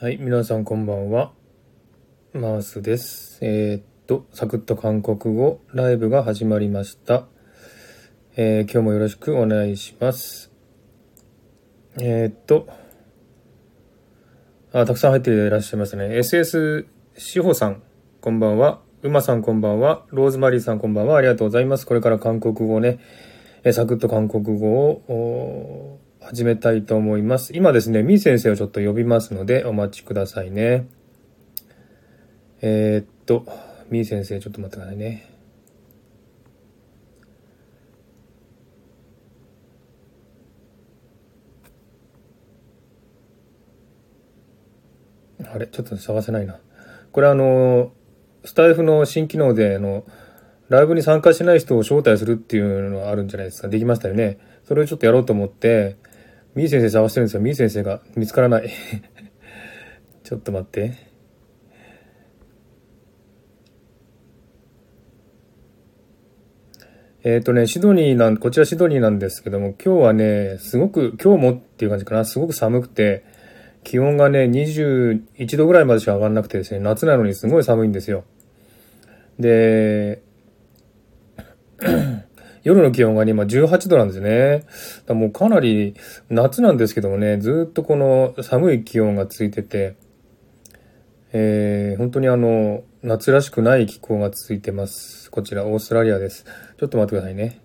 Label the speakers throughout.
Speaker 1: はい、皆さんこんばんは。マースです。えーっと、サクッと韓国語ライブが始まりました。えー今日もよろしくお願いします。えーっと、あ、たくさん入っていらっしゃいましたね。SS しほさん、こんばんは。うまさんこんばんは。ローズマリーさんこんばんは。ありがとうございます。これから韓国語をね、えーサクッと韓国語をおー始めたいと思います。今ですね、みー先生をちょっと呼びますのでお待ちくださいね。えーっと、みー先生、ちょっと待ってくださいね。あれちょっと探せないな。これあの、スタイフの新機能で、あの、ライブに参加しない人を招待するっていうのがあるんじゃないですか。できましたよね。それをちょっとやろうと思って、みー先生探してるんですよ。みー先生が見つからない。 ちょっと待って。えっ、とね、シドニーなん、こちらシドニーなんですけども、今日はね、すごく、今日もっていう感じかな、すごく寒くて、気温がね、21度ぐらいまでしか上がらなくてですね、夏なのにすごい寒いんですよ。で、夜の気温がね、今18度なんですね。だからもうかなり夏なんですけどもね、ずっとこの寒い気温がついてて、えー本当にあの、夏らしくない気候が続いてます。こちら、オーストラリアです。ちょっと待ってくださいね。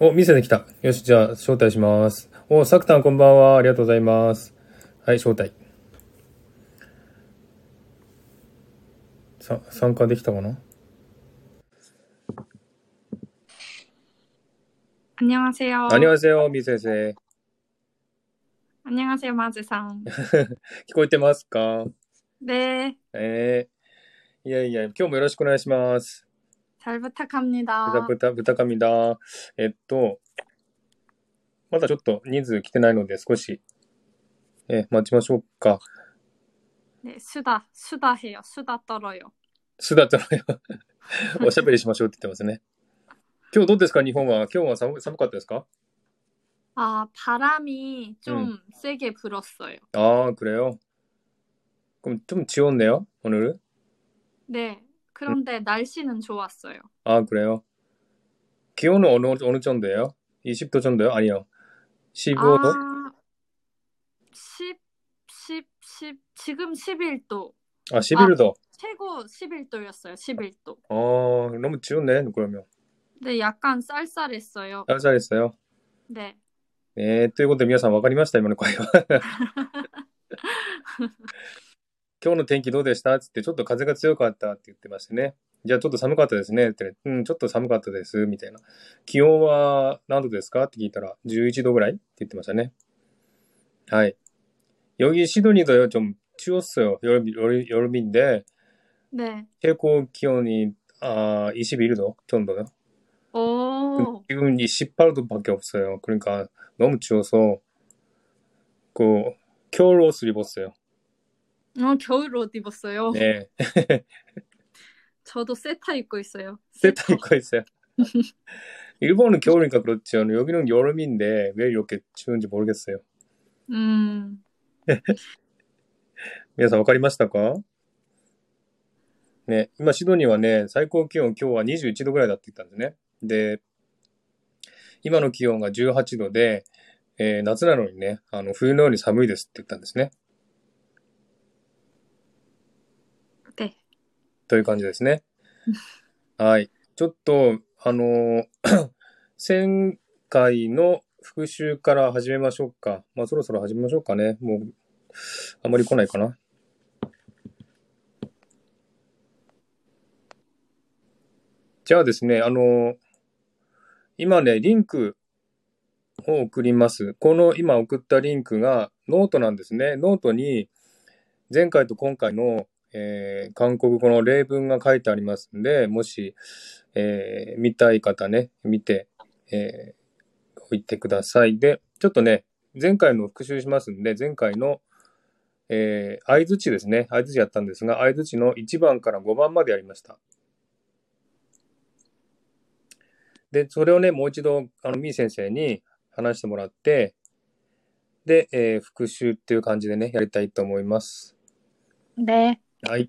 Speaker 1: お、店で来た。よし、じゃあ、招待します。お、サクタンこんばんは。ありがとうございます。はい、招待。さ、参加できたかな
Speaker 2: 안녕하세요.
Speaker 1: あにわせよ、み先生。
Speaker 2: 안녕하세요, 마즈상.
Speaker 1: 聞こえてますか
Speaker 2: 네,
Speaker 1: えー、いやいや、今日もよろしくお願いします。
Speaker 2: 잘 부탁합니다.
Speaker 1: 豚豚豚神だ。えっと、まだちょっと人数来てないので少し、え、待ちましょうか。
Speaker 2: 네, 수다, 수다 해요. 수다 떨어요.
Speaker 1: すだちゃんがおしゃべりしましょうって言ってますね。今日どうですか日本は。今日は寒寒かったですか
Speaker 2: 아, 바람이 좀 세게 불었어요.
Speaker 1: ああ、くれよ。그럼좀지웠네요오늘은
Speaker 2: 네, 그런데 날씨는 좋았어요.
Speaker 1: 아그래요 기온은 어느 어느 정도예요? 20도 정도요? 아니요. 15도?
Speaker 2: 아, 10, 10, 10, 지금 11도.
Speaker 1: 아 11도.
Speaker 2: 최고 11도였어요, 11도.
Speaker 1: 아 너무 지웠네. 그러면
Speaker 2: 네, 약간 쌀쌀했어요.
Speaker 1: 아. 잘잘했어요.
Speaker 2: 네,
Speaker 1: えー、ということで皆さん分かりました今の声は。今日の天気どうでしたっつって、ちょっと風が強かったって言ってましてね。じゃあちょっと寒かったですねって、うん、ちょっと寒かったです、みたいな。気温は何度ですかって聞いたら、11度ぐらいって言ってましたね。はい。여기시드니도요좀추웠어요여름여름여름인데
Speaker 2: 네.
Speaker 1: 최고기온이아21도정도요
Speaker 2: 오,
Speaker 1: 지금 28도밖에 없어요. 그러니까 너무 추워서 그 겨울 옷을 입었어요.
Speaker 2: 어, 겨울 옷 입었어요.
Speaker 1: 네,
Speaker 2: 저도 세타 입고 있어요.
Speaker 1: 세타 입고 있어요. 일본은 겨울이니까 그렇죠. 여기는 여름인데 왜 이렇게 추운지 모르겠어요.
Speaker 2: 음,
Speaker 1: 皆さんわかりましたかね、今シドニーはね、最高気温今日は21度ぐらいだって言ったんですね。で、今の気温が18度で、えー夏なのにね、あの冬のように寒いですって言ったんですね。
Speaker 2: 네.
Speaker 1: という感じですね。はい。ちょっと、あのー 前回の復習から始めましょうか。まあ、そろそろ始めましょうかね。もう、あまり来ないかな。じゃあですね、あのー今ね、リンクを送ります。この今送ったリンクがノートなんですね。ノートに、前回と今回の、えー韓国語の例文が書いてありますんで、もし、えー見たい方ね、見て、えーおいてください。で、ちょっとね、前回の復習しますんで、前回の、えー、相図値ですね。相図値やったんですが、相図値の1番から5番までやりました。で、それをね、もう一度、あの、みー先生に話してもらって、で、えー復習っていう感じでね、やりたいと思います。
Speaker 3: 네.
Speaker 1: はい。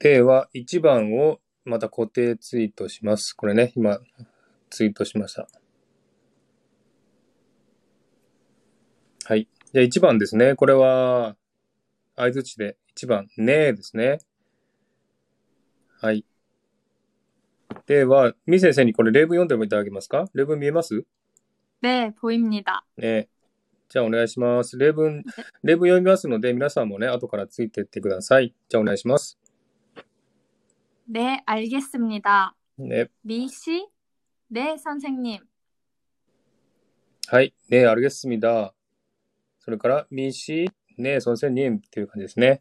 Speaker 1: では、1番をまた固定ツイートします。これね、今、ツイートしました。はい。じゃあ1番ですね。これは、相槌で1番、ねえですね。はい。では、みー先生にこれ例文読んでもいただけますか例文見えます
Speaker 3: 네, 보입니다.
Speaker 1: ねじゃあお願いします。例文、例文読みますので、皆さんもね、後からついていってください。じゃあお願いします。
Speaker 3: 네, 알겠습니다.
Speaker 1: ね
Speaker 3: 리 씨? 네, 선생님.
Speaker 1: はい。ねえ、アルゲスミダ。それから、ミーシー、ねえ、ソンセンニンっていう感じですね。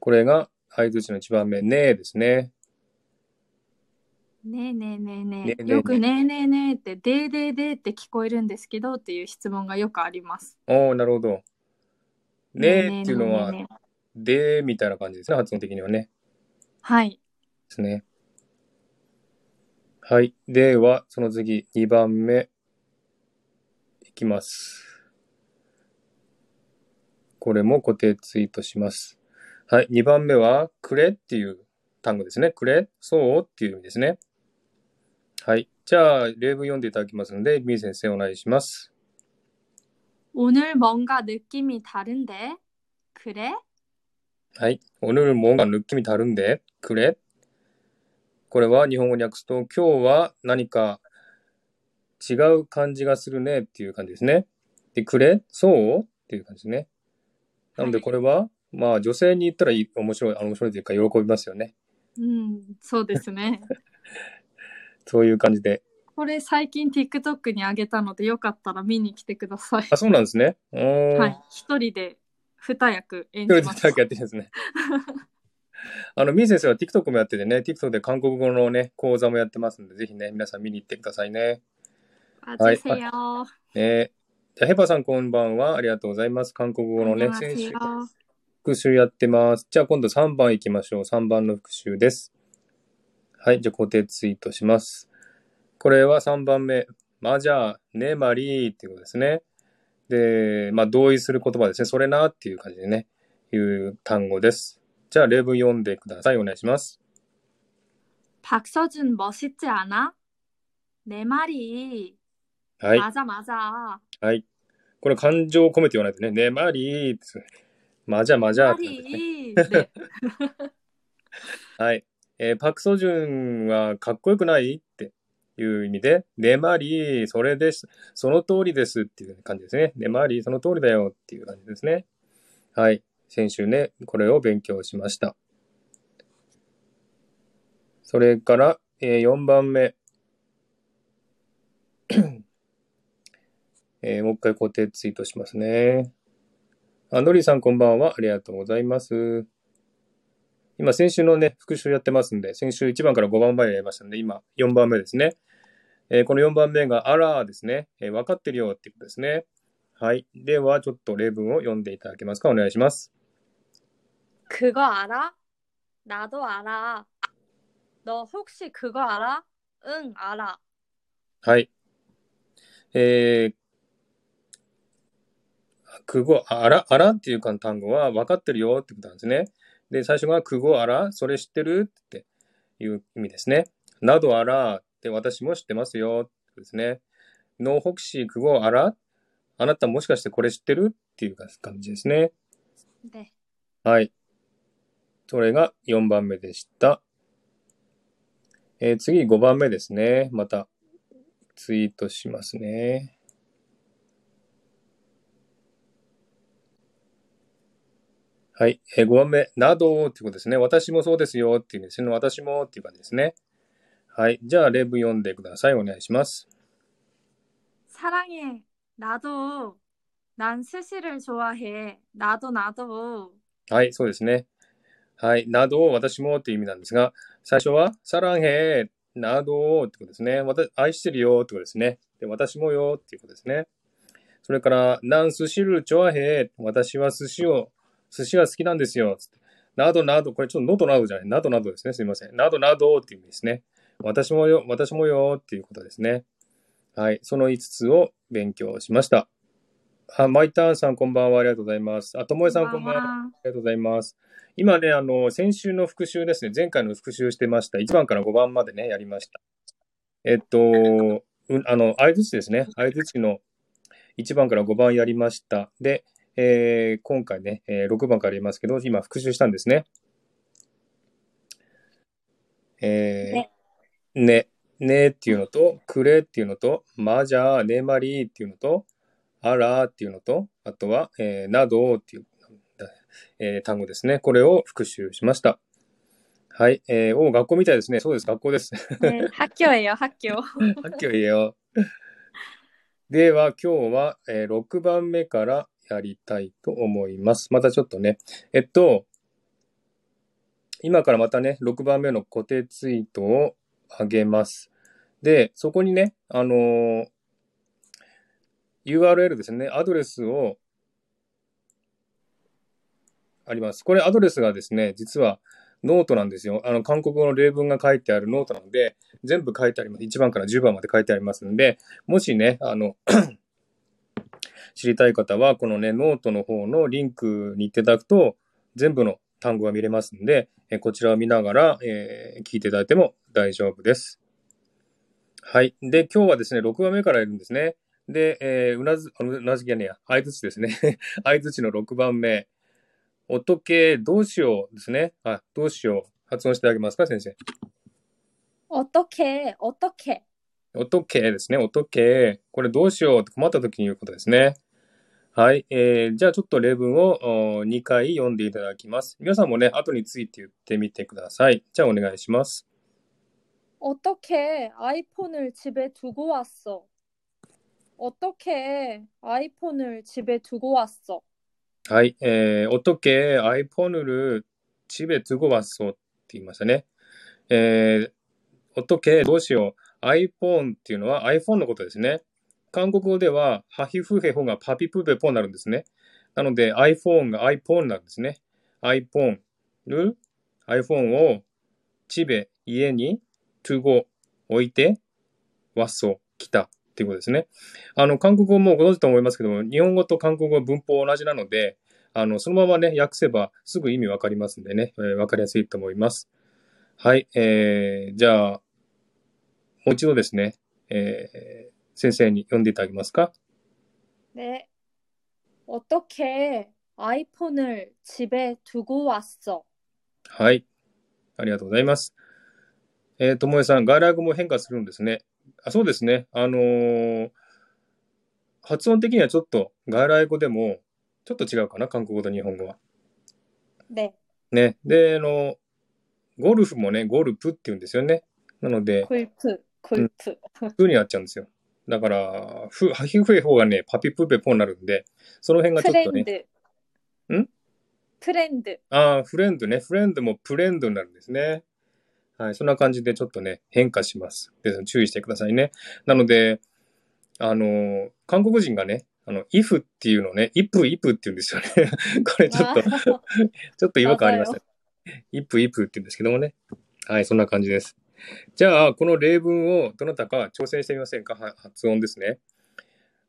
Speaker 1: これが、相槌の一番目、ねえですね。ね
Speaker 3: 네네네네.
Speaker 1: ね
Speaker 3: よく 네네네 って、네네네 って聞こえるんですけどっていう質問がよくあります。
Speaker 1: おー、なるほど。ねえっていうのは、
Speaker 3: ねね
Speaker 1: でみたいな感じですね、発音的にはね。
Speaker 3: はい。
Speaker 1: ですね。はい。では、その次、2番目、いきます。これも固定ツイートします。はい。2番目は、くれっていう単語ですね。くれ、そうっていう意味ですね。はい。じゃあ、例文読んでいただきますので、みー先生お願いします。
Speaker 3: 오늘 뭔가 느낌이 다른데? 그래?
Speaker 1: はい。오늘뭔가느낌이다른데、くれ。これは日本語に訳すと、今日は何か違う感じがするねっていう感じですね。で、くれそうっていう感じですね。なのでこれは、まあ女性に言ったらいい面白い、あ面白いというか喜びますよね。
Speaker 3: うん、そうです ね。
Speaker 1: そういう感じで。
Speaker 3: これ最近 TikTok に上げたのでよかったら見に来てください。
Speaker 1: あ、そうなんですね。うーん。
Speaker 3: はい。一人で二役演
Speaker 1: 一
Speaker 3: じ
Speaker 1: 人
Speaker 3: ま
Speaker 1: ですだけやってるんです ね。あの、みー先生は TikTok もやっててね、TikTok で韓国語のね、講座もやってますんで、ぜひね、皆さん見に行ってくださいね。はい
Speaker 3: 와주세요.
Speaker 1: ねえ。じゃあヘパさんこんばんは。ありがとうございます。韓国語のね、先週、
Speaker 3: 안녕하세요.
Speaker 1: 復習やってます。じゃあ今度3番行きましょう。3番の復習です。はい、じゃあ固定ツイートします。これは3番目。まじゃあ、ね、マリーっていうことですね。で、まあ同意する言葉ですね。それなっていう感じでね、いう単語です。じゃあ例文読んでください。お願いします。
Speaker 3: 박서준 멋있지 않아? 내 말이
Speaker 1: はい。
Speaker 3: 맞아 맞아.
Speaker 1: はい。これ感情を込めて言わないとね、ね、マリーって。まじゃまじゃって感じですね。
Speaker 3: 말이 네.
Speaker 1: はい。えーパクソジュンはかっこよくないっていう意味で、ねまり、それです。その通りですっていう感じですね。ねまり、その通りだよっていう感じですね。はい。先週ね、これを勉強しました。それから、え4番目。 えーもう一回固定ツイートしますね。あ、のりさんこんばんは。ありがとうございます。今、先週のね、復習やってますんで、先週1番から5番までやりましたんで、今、4番目ですね。えーこの4番目が、あらーですね。えー分かってるよっていうことですね。はい。では、ちょっと例文を読んでいただけますかお願いします。
Speaker 3: 그거 알아? 나도 알아. 너 혹시 그거 알아? 응 알아.
Speaker 1: はい。えー、くご、あら、あらっていう単語は分かってるよってことなんですね。で、最初がくごあら、それ知ってるっていう意味ですね。などあらって私も知ってますよってですね。のほくしくごあら、あなたもしかしてこれ知ってるっていう感じですね。
Speaker 3: 네.
Speaker 1: はい。それが4番目でした。えー次5番目ですね。またツイートしますね。はい。えー5番目、などっていうことですね。私もそうですよっていうですね。私もっていう感じですね。はい。じゃあ、例文読んでください。お願いします。
Speaker 3: 사랑해. 나도. 난 스시를 좋아해. 나도 나도.
Speaker 1: はい、そうですね。はい。などを私もっていう意味なんですが、最初は、さらんへ、などをってことですね。わた愛してるよってことですね。で、私もよっていうことですね。それから、なんすしるちょあへ、私は寿司を、寿司が好きなんですよ。つってなどなど、これちょっとのどなどじゃない、などなどですね。すいません。などなどっていう意味ですね。私もよ、私もよっていうことですね。はい。その5つを勉強しました。あ、マイターンさんこんばんは。ありがとうございます。あ、ともえさんこ
Speaker 2: こ
Speaker 1: ん
Speaker 2: ん
Speaker 1: ば
Speaker 2: ば
Speaker 1: ん
Speaker 2: ん
Speaker 1: は。あ
Speaker 2: は。
Speaker 1: りがとうございます。今ね、あの、先週の復習ですね。前回の復習してました。1番から5番までね、やりました。えっと、うん、あの、相槌ですね。相槌の1番から5番やりました。で、えー今回ね、えー6番からやりますけど、今復習したんですね。えー
Speaker 3: ね
Speaker 1: ね、ねっていうのと、くれっていうのと、まじゃあ、ねまりっていうのと、あらっていうのと、あとは、えーなどっていう、えー単語ですね。これを復習しました。はい。えー、おう学校みたいですね。そうです、学校です。
Speaker 3: ね、
Speaker 2: 発狂へよ、発狂。
Speaker 1: はっきり言えよ。では、今日は、えー6番目からやりたいと思います。またちょっとね。えっと、今からまたね、6番目の固定ツイートをあげます。で、そこにね、あのー URL ですね、アドレスをあります。これアドレスがですね、実はノートなんですよ。あの、韓国語の例文が書いてあるノートなので、全部書いてあります。1番から10番まで書いてありますので、もしね、あの、 知りたい方は、このね、ノートの方のリンクに行っていただくと、全部の単語が見れますので、えこちらを見ながら、えー聞いていただいても大丈夫です。はい。で、今日はですね、6番目からやるんですね。で、えーうなず、あのうなずきやねえや、相槌ですね。 相槌の6番目。おとけ、どうしようですね。あ、どうしよう。発音してあげますか、先生。
Speaker 3: 어떻게 어떻게
Speaker 1: 音系ですね。音系。これどうしようって困った時に言うことですね。はい。えー、じゃあちょっと例文を2回読んでいただきます。皆さんもね、後について言ってみてください。じゃあお願いします。
Speaker 3: 어떻게 아이폰을 집에 두고 왔어? 어떻게 아이폰을 집에 두고 왔어?
Speaker 1: はい。えー、音系 iPhone를 집에 두고 왔어 って言いましたね。えー、音系どうしよう。iPhone っていうのは iPhone のことですね。韓国語では、ハヒフヘホがパピプペポになるんですね。なので iPhone が iPhone なんですね。iPhone る iPhone をチベ、家に、to go 置いて、わっそ、来たっていうことですね。あの、韓国語もご存知と思いますけども、日本語と韓国語は文法同じなので、あの、そのままね、訳せばすぐ意味わかりますんでね、えーわかりやすいと思います。はい、えー、じゃあ、もう一度ですね、えー、先生に読んでいただけますか
Speaker 3: 네. 어떻게 아이폰을 집에 두고 왔어?
Speaker 1: はい。ありがとうございます。えー、ともえさん、外来語も変化するんですね。あそうですね。あのー発音的にはちょっと外来語でも、ちょっと違うかな、韓国語と日本語は。
Speaker 3: 네.
Speaker 1: ね。で、あの、ゴルフもね、ゴルプって言うんですよね。なので、
Speaker 3: 골프 골프.
Speaker 1: ふになっちゃうんですよ。だから、ふ、ハヒフエホがね、パピプペポになるんで、その辺がちょっとね、
Speaker 3: 트렌드.
Speaker 1: 응?
Speaker 3: 트렌드.
Speaker 1: ああ、フレンドね、フレンドもプレンドになるんですね。はい、そんな感じでちょっとね、変化します。です注意してくださいね。なので、あの、韓国人がね、あの、if っていうのをね、if, if って言うんですよね。 これちょっと、 ち
Speaker 3: 아,
Speaker 1: ょっと違和感ありましたね。if, if って言うんですけどもね。はい、そんな感じです。じゃあ、この例文をどなたか挑戦してみませんかは発音ですね。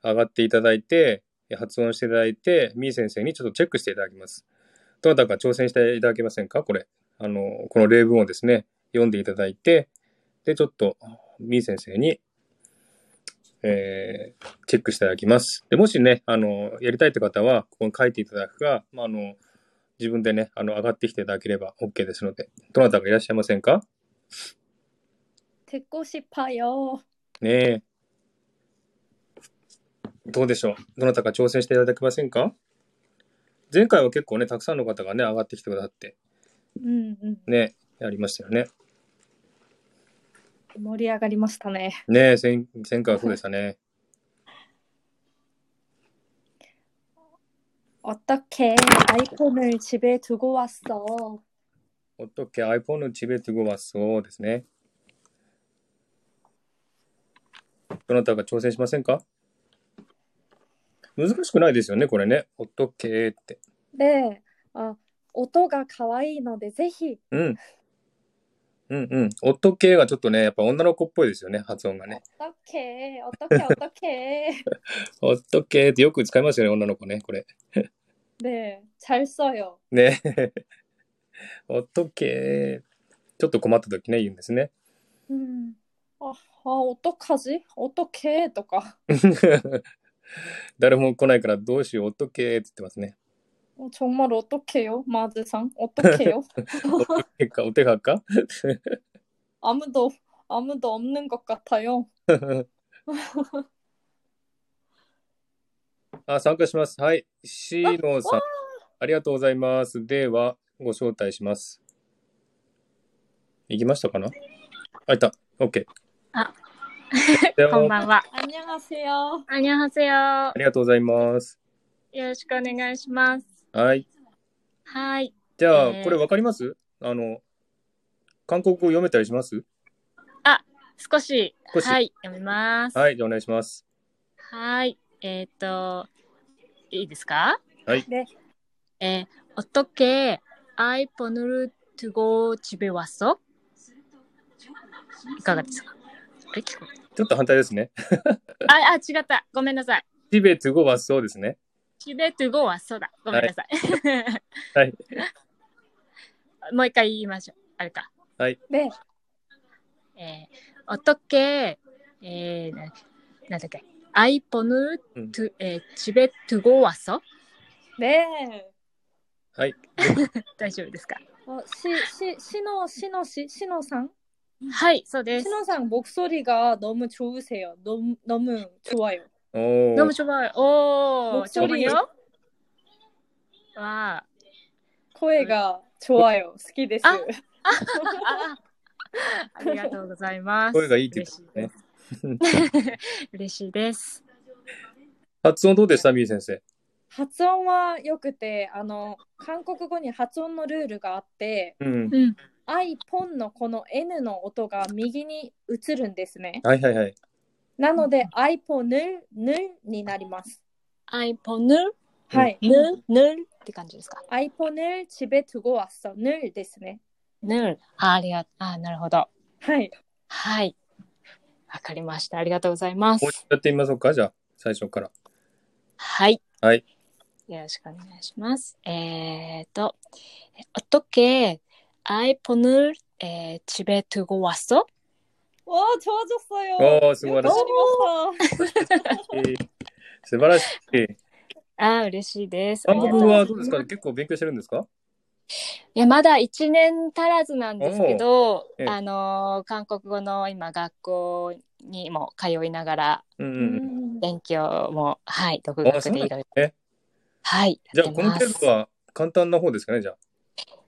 Speaker 1: 上がっていただいて、発音していただいて、みー先生にちょっとチェックしていただきます。どなたか挑戦していただけませんかこれ。あの、この例文をですね、読んでいただいて、で、ちょっと、みー先生に、えーチェックしていただきます。で、もしね、あの、やりたいという方は、ここに書いていただくか、まあ、あの、自分でね、あの、上がってきていただければ OK ですので、どなたかいらっしゃいませんか
Speaker 3: 듣고 싶어요.
Speaker 1: ねえ。どうでしょうどなたか挑戦していただけませんか前回は結構ね、たくさんの方がね、上がってきてくださって、
Speaker 3: 음, 음.
Speaker 1: ね、やりましたよね。
Speaker 3: 盛り上がりましたね.
Speaker 1: ねえ、前前回はそうでしたね。
Speaker 3: 어떻게 아이폰을 집에 두고 왔어?
Speaker 1: おっとけ、iPhone のチベット語はそうですね。どなたか挑戦しませんか難しくないですよね、これね。おっとけって。
Speaker 3: 어, 네. 아, 오토가 가와이 너데 제히
Speaker 1: うん。うんうん。夫系はちょっとね、やっぱ女の子っぽいですよね、発音がね。
Speaker 3: 어떡해, 어떡해, 어떡해.
Speaker 1: 夫系ってよく使いますよね、女の子ね、これ。
Speaker 3: 네, 잘 써요.
Speaker 1: ね。 夫系、ちょっと困った時ね、言うんですね。
Speaker 3: 음, 아, 아 어떡하지? 어떡해, とか
Speaker 1: 誰も来ないからどうしよう、夫系って言ってますね。
Speaker 3: 어, 정말 어떡해요, 마즈상? 어떡해요?
Speaker 1: 結果、お手がか
Speaker 3: 아무도, 아무도 없는 것 같아요.
Speaker 1: あ、参加します。はい。シーノさん、ありがとうございます。では、ご招待します。行きましたかなあ、いた。OK。
Speaker 4: あ、
Speaker 1: で
Speaker 4: こん
Speaker 1: は、
Speaker 4: ばんは。
Speaker 3: 안녕하세요.
Speaker 4: あにゃはせよ
Speaker 1: あ。りがとうございます。
Speaker 4: よろしくお願いします。
Speaker 1: はい。
Speaker 4: はい。
Speaker 1: じゃあ、
Speaker 4: えー
Speaker 1: これわかりますあの、韓国語読めたりします
Speaker 4: 少し、
Speaker 1: 少し
Speaker 4: はい、読みます。。
Speaker 1: はいい、じゃあお願いします。
Speaker 4: はい。えっ、と、いいですか
Speaker 1: はい
Speaker 3: ね
Speaker 4: えー、어떻게 iPhone를 두고 집에 왔어? いかがですかあれ聞こえ
Speaker 1: ちょっと反対ですね。
Speaker 4: たあ、あ、違った。ごめんなさい。
Speaker 1: チベツ語はそうですね。
Speaker 4: チベット語はそうだ。ごめんなさい。
Speaker 1: はい
Speaker 4: もう一回言いましょう。あれか。
Speaker 3: 네,
Speaker 4: えー、어떻게えー、ななんだっけ。アイポヌ
Speaker 1: うん
Speaker 4: トゥ、えー、チベット語はそう
Speaker 3: 네.
Speaker 1: はい。
Speaker 4: 大丈夫ですか
Speaker 3: 어, 시, 시, 신호, 신호, 시, 신호상?
Speaker 4: はい、そうです。
Speaker 3: 신호상 목소리가 너무 좋으세요. 너무, 너무 좋아요.
Speaker 1: お
Speaker 4: どう
Speaker 1: ー。
Speaker 4: もしょぼい。お
Speaker 3: も
Speaker 4: ー、
Speaker 3: う
Speaker 4: しょ
Speaker 3: 一人
Speaker 4: ぼいよ。わあ。
Speaker 3: 코에가 좋아요. 스키데스.
Speaker 4: 아. あありがとうございます。
Speaker 1: 声がいいって言
Speaker 4: 嬉し
Speaker 1: 言
Speaker 4: いで
Speaker 1: っ
Speaker 4: す。 嬉しいです。
Speaker 1: 発音どうでしたみー先生。
Speaker 3: 発音はよくて、あの、韓国語に発音のルールがあって、
Speaker 1: うん。
Speaker 4: うん。
Speaker 3: iPhone のこの N の音が右に移るんですね。
Speaker 1: はいはいはい。
Speaker 3: なので、iPhone ぬになります。
Speaker 4: アイポヌル、
Speaker 3: はい。
Speaker 4: ヌル、ヌルって感じですか。
Speaker 3: iPhone 집에두고왔어。ぬですね。
Speaker 4: ヌル。あありがあなるほど。
Speaker 3: はい。
Speaker 4: はい。わかりました。ありがとうございま
Speaker 1: もう一
Speaker 4: す。
Speaker 1: 回やってみましょうかじゃあ、最初から。
Speaker 4: はい。
Speaker 1: はい。
Speaker 4: よろしくお願いします。えーと、어떻게 iPhone을 에, 집에 두고 왔어?
Speaker 3: おー、ちょうどそうよ。
Speaker 1: おー、素晴らしい。
Speaker 3: よくなりまし
Speaker 1: 素晴らしい。
Speaker 4: あー嬉しいです。
Speaker 1: 韓国
Speaker 4: ありがと
Speaker 1: 語
Speaker 4: う
Speaker 1: はどうですか結構勉強してるんですか
Speaker 4: いや、まだ1年足らずなんですけど、
Speaker 1: ええ
Speaker 4: あのー韓国語の今学校にも通いながら
Speaker 1: うんう
Speaker 3: た。うん
Speaker 1: うん。
Speaker 3: ん
Speaker 4: 勉強も、はい、独
Speaker 1: あ
Speaker 4: 学
Speaker 1: そう
Speaker 4: で
Speaker 1: なんで
Speaker 4: いろいろ、
Speaker 1: すね。
Speaker 4: はい、
Speaker 1: じ
Speaker 4: や
Speaker 1: ゃあ、
Speaker 4: って
Speaker 1: この
Speaker 4: ま
Speaker 1: 程
Speaker 4: す。
Speaker 1: 度は簡単な方ですかねじゃあ。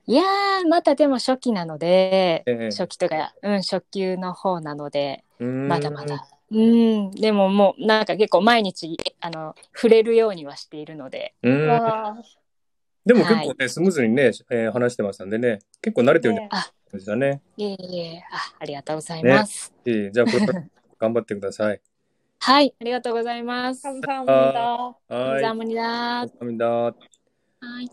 Speaker 4: いやー、まだでも初期なので、
Speaker 1: ええ
Speaker 4: 初期とか、うん、初級の方なので、
Speaker 1: うーん
Speaker 4: まだまだ。うん、でももう、なんか結構毎日、あの、触れるようにはしているので、
Speaker 1: うーん。
Speaker 3: わー
Speaker 1: でも結構ね、スムーズにね、えー話してましたんでね、結構慣れてるんじゃないで
Speaker 3: ね
Speaker 1: すかね。
Speaker 4: いえいえ、あ、ありがとうございます。
Speaker 1: ええじゃあ、これから頑張ってください。
Speaker 4: はい、ありがとうございます。
Speaker 3: 감사합니다。
Speaker 1: はい。
Speaker 4: ざむにだ。は
Speaker 1: お疲れ様だ
Speaker 4: い。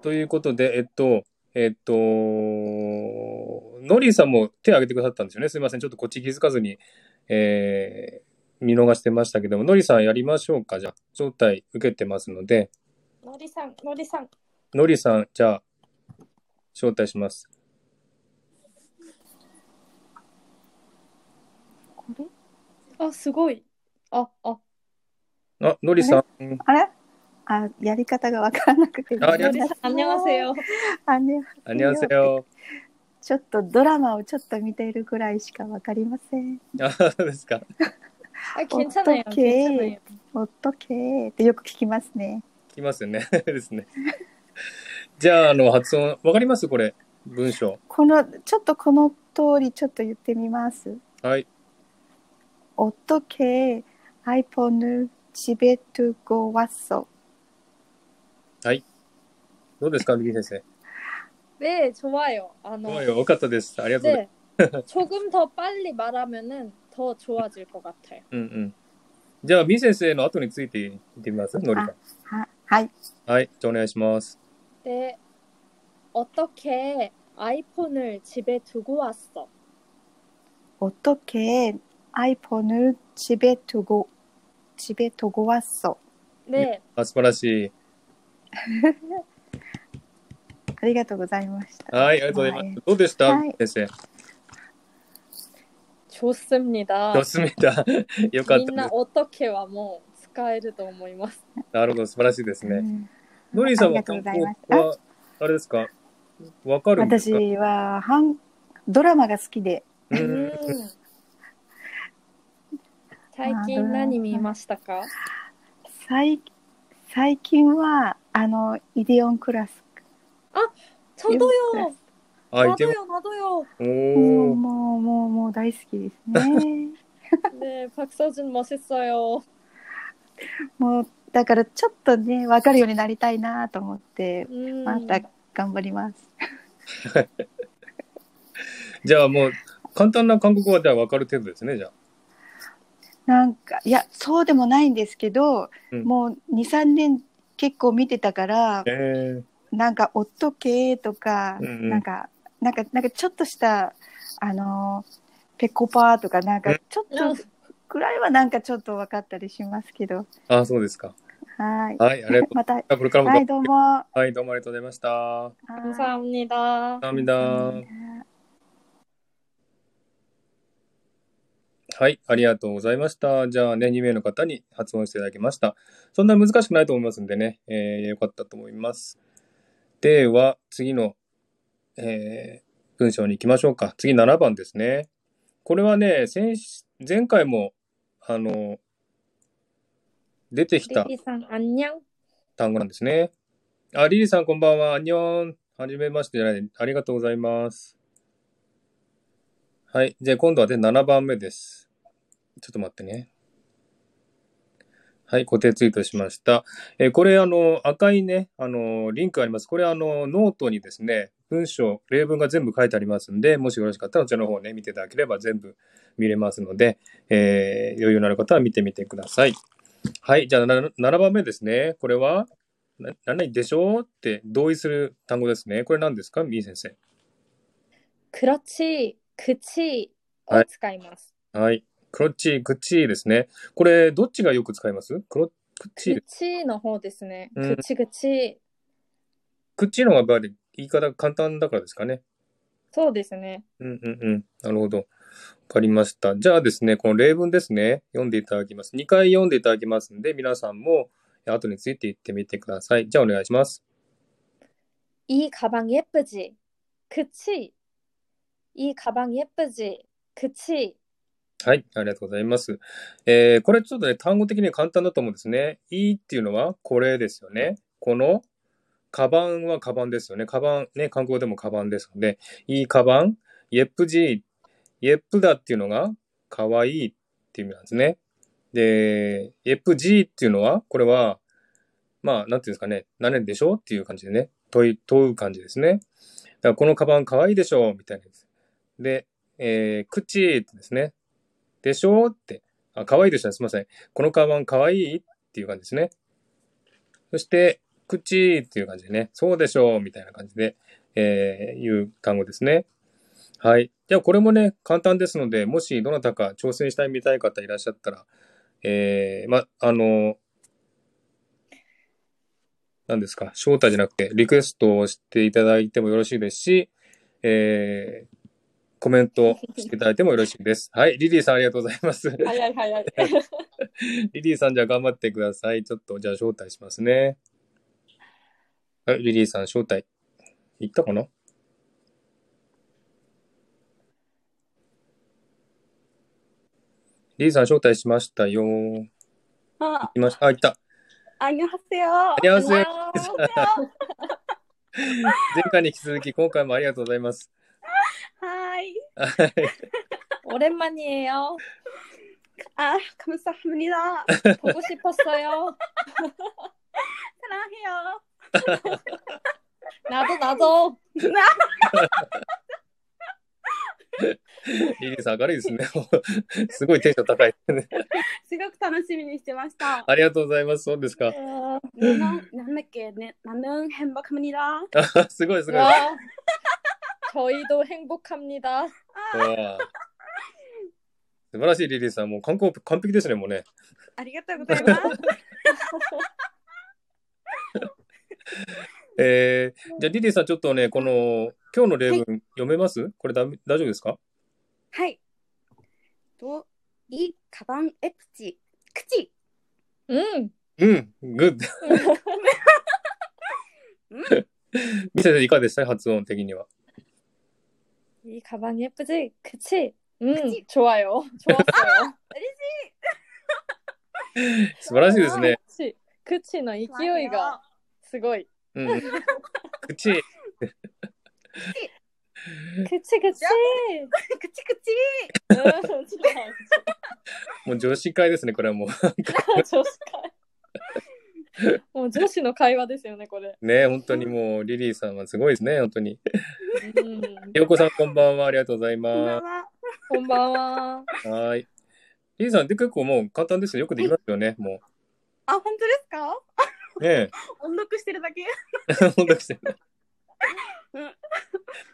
Speaker 1: ということで、えっと、えっと、ノリーさんも手を挙げてくださったんですよね。すいません。ちょっとこっち気づかずに、えー見逃してましたけども、ノリーさんやりましょうか。じゃあ、招待受けてますので、
Speaker 3: のりさん、のりさん。
Speaker 1: ノリーさん、じゃあ、招待します。
Speaker 3: あ、すごい。あ、あ、
Speaker 1: あ、ノリさん。
Speaker 5: あれあ、やり方がわからなくて。
Speaker 1: あや
Speaker 3: の
Speaker 1: り
Speaker 3: りさん、こんにちは。
Speaker 5: あね、
Speaker 1: あにゃんせよ。
Speaker 5: ちょっとドラマをちょっと見ているくらいしかわかりません。
Speaker 1: あ、そうですか。
Speaker 3: あ、괜찮아요。
Speaker 5: 어떡해。
Speaker 3: 괜찮아요。
Speaker 5: おっとけーってよく聞きますね。
Speaker 1: 来ますよね。 ですね。じゃあ、あの、発音、わかりますこれ、文章。
Speaker 5: この、ちょっとこの通りちょっと言ってみます。
Speaker 1: はい。
Speaker 5: おっとけー、iPhone 집에두고왔어。
Speaker 1: どうですか、ミキ先生。
Speaker 3: 네, 좋아요. 안
Speaker 1: どうよ、よかったです。ありがとうござい
Speaker 3: 네. 조금 더 빨리 말하면은 더 좋아질 것 같아요.
Speaker 1: ます。うんうん。じゃあ、ミキ先生の後について言ってみますノリさ
Speaker 5: は、はい。
Speaker 1: ん。はい。じゃあ、お願いします。
Speaker 3: 네. 어떻게 아이폰을 집에 두고 왔어.
Speaker 5: 어떻게 아이폰을 집에 두고 집에 두고 왔어?
Speaker 3: 네,
Speaker 1: あ素晴らし
Speaker 5: ありがとうございました。
Speaker 1: い。はい、ありがとうございます。どうでした、
Speaker 5: はい
Speaker 1: 先生。
Speaker 3: 좋습니다.
Speaker 1: よすめた。 よかっ
Speaker 3: みん
Speaker 1: た
Speaker 3: な
Speaker 1: で
Speaker 3: 어떻게 뭐. はもう使えると思います。
Speaker 1: す。なるほど、素晴らしいです
Speaker 5: う
Speaker 1: ね。
Speaker 5: ん
Speaker 1: ノリーさんは
Speaker 5: ありがとうございます
Speaker 1: 韓国は、あれですかわかるんですか
Speaker 5: 私はハンドラマが好きで、
Speaker 1: う
Speaker 3: うんん最
Speaker 5: 아,
Speaker 3: 近何見ましたか？
Speaker 5: 음. 最最近はあのイデオンクラス。
Speaker 3: 저도요
Speaker 1: あ、
Speaker 3: 나
Speaker 1: いて
Speaker 3: 도
Speaker 1: も。
Speaker 3: 요나도요
Speaker 1: お
Speaker 5: もう
Speaker 1: ー。
Speaker 5: もうもうもう大好きです ね。
Speaker 3: 네 박서준 멋있어요.
Speaker 5: もうだからちょっとね分かるようになりたいなと思って
Speaker 3: 음
Speaker 6: 아,
Speaker 5: また頑張ります。
Speaker 1: じゃあもう、簡単な韓国語はじゃあわかる程度ですね、じゃあ。
Speaker 5: なんかいやそうでもないんですけど、
Speaker 1: うん
Speaker 5: もう23年結構見てたから
Speaker 1: えー、
Speaker 5: なんか「夫系」とか、
Speaker 1: うんうん
Speaker 5: なんかなんかなんかちょっとしたあのーペコパーとかなん
Speaker 1: う
Speaker 5: か
Speaker 1: ん
Speaker 5: ちょっ
Speaker 3: うん
Speaker 5: とくらいはなんかちょっと分かったりしますけど
Speaker 1: あ、そうですか。
Speaker 5: はい
Speaker 1: はい、ありがとう。
Speaker 5: また
Speaker 1: これからも、
Speaker 5: はいどうもは
Speaker 1: はい、どうもありがとうございました。
Speaker 5: い
Speaker 3: 감사합니다.
Speaker 1: 涙はい、ありがとうございました。じゃあね、2名の方に発音していただきました。そんな難しくないと思いますんでね、えー、よかったと思います。では、次の、えー文章に行きましょうか。次、7番ですね。これはね、先し前回も、あの、出てきた
Speaker 3: 리리 상 안녕.
Speaker 1: 単語なんですね。あ、リリーさんこんばんは。アンニョン。はじめましてじゃない。ありがとうございます。はい。じゃあ今度はで7番目です。ちょっと待ってね。はい。固定ツイートしました。えーこれあの、赤いね、あの、リンクあります。これあの、ノートにですね、文章、例文が全部書いてありますんで、もしよろしかったらこちらの方ね、見ていただければ全部見れますので、えー余裕のある方は見てみてください。はい。じゃあ7番目ですね。これは、な何でしょうって同意する単語ですね。これ何ですかみー先生。
Speaker 3: 그렇지, 그치.
Speaker 1: 아.
Speaker 3: 어, 使います.
Speaker 1: はい。クロッチー、クッチーですね。これ、どっちがよく使いますクロクッチー。
Speaker 3: 그치 の方ですね。
Speaker 1: うん
Speaker 3: 그치, 그치.
Speaker 1: クッチーの方がやっぱり言い方が簡単だからですかね。
Speaker 3: そうですね。
Speaker 1: うんうんうん。なるほど。わかりました。じゃあですね、この例文ですね。読んでいただきます。2回読んでいただきますんで、皆さんも後について言ってみてください。じゃあお願いします。
Speaker 3: 이 가방 예쁘지? 그치? 이 가방 예쁘지? 그치?
Speaker 1: はい、ありがとうございます。えーこれちょっとね、単語的に簡単だと思うんですね。いいっていうのはこれですよね。この、カバンはカバンですよね。カバン、ね、韓国語でもカバンですので、いいカバン、イェップジー、イェップだっていうのが、かわいいっていう意味なんですね。で、イェップジーっていうのは、これは、まあ、なんていうんですかね、何年でしょうっていう感じでね、問い、問う感じですね。だからこのカバンかわいいでしょうみたいなやつ。で、えー、口ってですね。でしょって。あ、可愛いでしたね。すみません。このカバン可愛いっていう感じですね。そして、口っていう感じでね。そうでしょうみたいな感じで、えー、いう単語ですね。はい。じゃあ、これもね、簡単ですので、もしどなたか挑戦したい、見たい方いらっしゃったら、えー、ま、あの、何ですか、招待じゃなくて、リクエストをしていただいてもよろしいですし、えー、コメントしていただいてもよろしい です。はい。リリーさん、ありがとうございます。
Speaker 3: 早い早い。
Speaker 1: リリーさん、じゃあ頑張ってください。ちょっと、じゃあ招待しますね。あリリーさん、招待。行ったかなリリーさん、招待しましたよ。行
Speaker 6: あ、
Speaker 1: きました。あ、行った。
Speaker 6: 안녕하세요。
Speaker 1: 안녕하세요
Speaker 6: 안녕하세요
Speaker 1: 前回に引き続き、今回もありがとうございます。
Speaker 6: はい。
Speaker 1: はい。
Speaker 3: 오랜만이에요.
Speaker 6: あ、 아, 감사합니다。
Speaker 3: 보고 싶었어요.
Speaker 6: 사랑해요。
Speaker 3: 나도 나도.
Speaker 1: リリーさん、明るいですね。 すごいテンション高い。
Speaker 6: すごく楽しみにしてました。
Speaker 1: ありがとうございます。そうですか。
Speaker 3: 아.
Speaker 6: 나는なんだっけね、나는행복합니다。
Speaker 1: すごい、すごい。
Speaker 3: 와, 저희도 행복합니다.
Speaker 1: わあ素晴らしいリリーさん。もう観光完璧ですね、もうね。
Speaker 6: ありがとうございます。
Speaker 1: えー、じゃあリリーさん、ちょっとね、この、今日の例文、読めますこれだめ大丈夫ですか
Speaker 6: はい。と、い、カバン、エプチ、 口。
Speaker 3: うん。
Speaker 1: うん、グッド。ミセス いかがでした発音的には。
Speaker 3: 이 가방 예쁘지? 그치? 응,
Speaker 6: 그치?
Speaker 3: 좋아요. 좋았어요.
Speaker 1: 素晴らしいですね。
Speaker 3: 그치? 그치? 너 이기어이가 すごい.
Speaker 1: うん うん。口、
Speaker 3: 그치 그치.
Speaker 6: 口口。
Speaker 3: 응, 좋아.
Speaker 1: もう女子会ですね、これはも
Speaker 3: 女子会。もう女子の会話ですよね、これ。
Speaker 1: う。ね、本当にもう、リリーさんはすごいですね、本当に。
Speaker 3: うん、
Speaker 1: ひよこさん、こんばんは。ありがとうござい
Speaker 6: こんば
Speaker 1: ま
Speaker 6: んは。
Speaker 3: こんばんは。
Speaker 1: す。はーい。リリーさんって結構もう簡単ですよ。よくできますよね、も
Speaker 6: あ、本当ですか
Speaker 1: う。ね
Speaker 6: 音読してるだけ。
Speaker 1: え。本当ですよ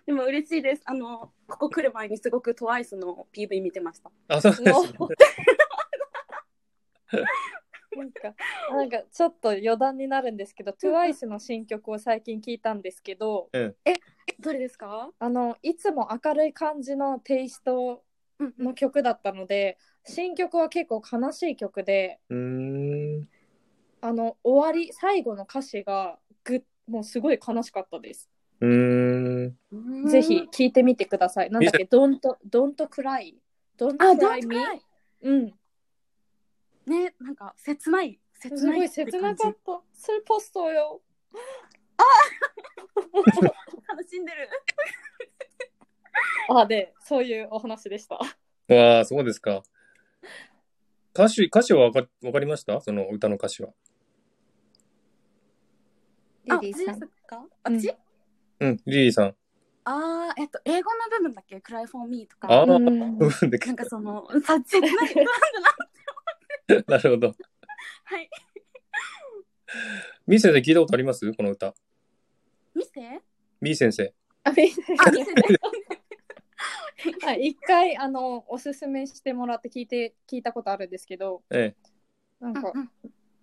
Speaker 6: でも嬉しいです。あの、ここ来る前にすごく TWICE の PV 見てました。
Speaker 1: あ、そうなんですね。
Speaker 3: もうなんか、なんかちょっと余談になるんですけど、TWICE の新曲を最近聞いたんですけど、
Speaker 6: どれですか
Speaker 3: あの、いつも明るい感じのテイスト
Speaker 6: うん
Speaker 3: の曲だったので、新曲は結構悲しい曲で、
Speaker 1: うーん。
Speaker 3: あの、終わり、最後の歌詞がぐっ、もうすごい悲しかったです。
Speaker 1: うーん。
Speaker 6: うん
Speaker 3: ぜひ。聞いてみてください。なんだっけ、Don't, don't cry. Don't
Speaker 6: あ、どう
Speaker 3: cry me. うん。
Speaker 6: ね、なんか切ない。切
Speaker 3: す
Speaker 6: ない
Speaker 3: ごい
Speaker 6: って
Speaker 3: 切
Speaker 6: 感
Speaker 3: な
Speaker 6: じ
Speaker 3: かった。それポストよ。
Speaker 6: 楽しんでる。
Speaker 3: あ、で、そういうお話でした。
Speaker 1: わあ、そうですか。歌詞、歌詞はわかわかりましたその歌の歌詞は。
Speaker 6: あ、
Speaker 5: リリーさん
Speaker 6: ジェイスか私、
Speaker 1: うん、リリーさん。
Speaker 6: あーえっと、英語の部分だっけ ?Cry for me と
Speaker 1: あ
Speaker 6: か。
Speaker 1: あ、
Speaker 5: うん
Speaker 1: うん、で
Speaker 6: なんかその、さ 切ない。なんだな。
Speaker 1: なるほど。
Speaker 6: はい。
Speaker 1: ミー先生聞いたことありますこの歌。
Speaker 6: 見て。
Speaker 1: ミー先生。
Speaker 3: あみ
Speaker 6: あ、見てね。
Speaker 3: あ一回あのおすすめしてもらって聞いて聞いたことあるんですけど、
Speaker 1: ええ
Speaker 3: なんか
Speaker 6: うん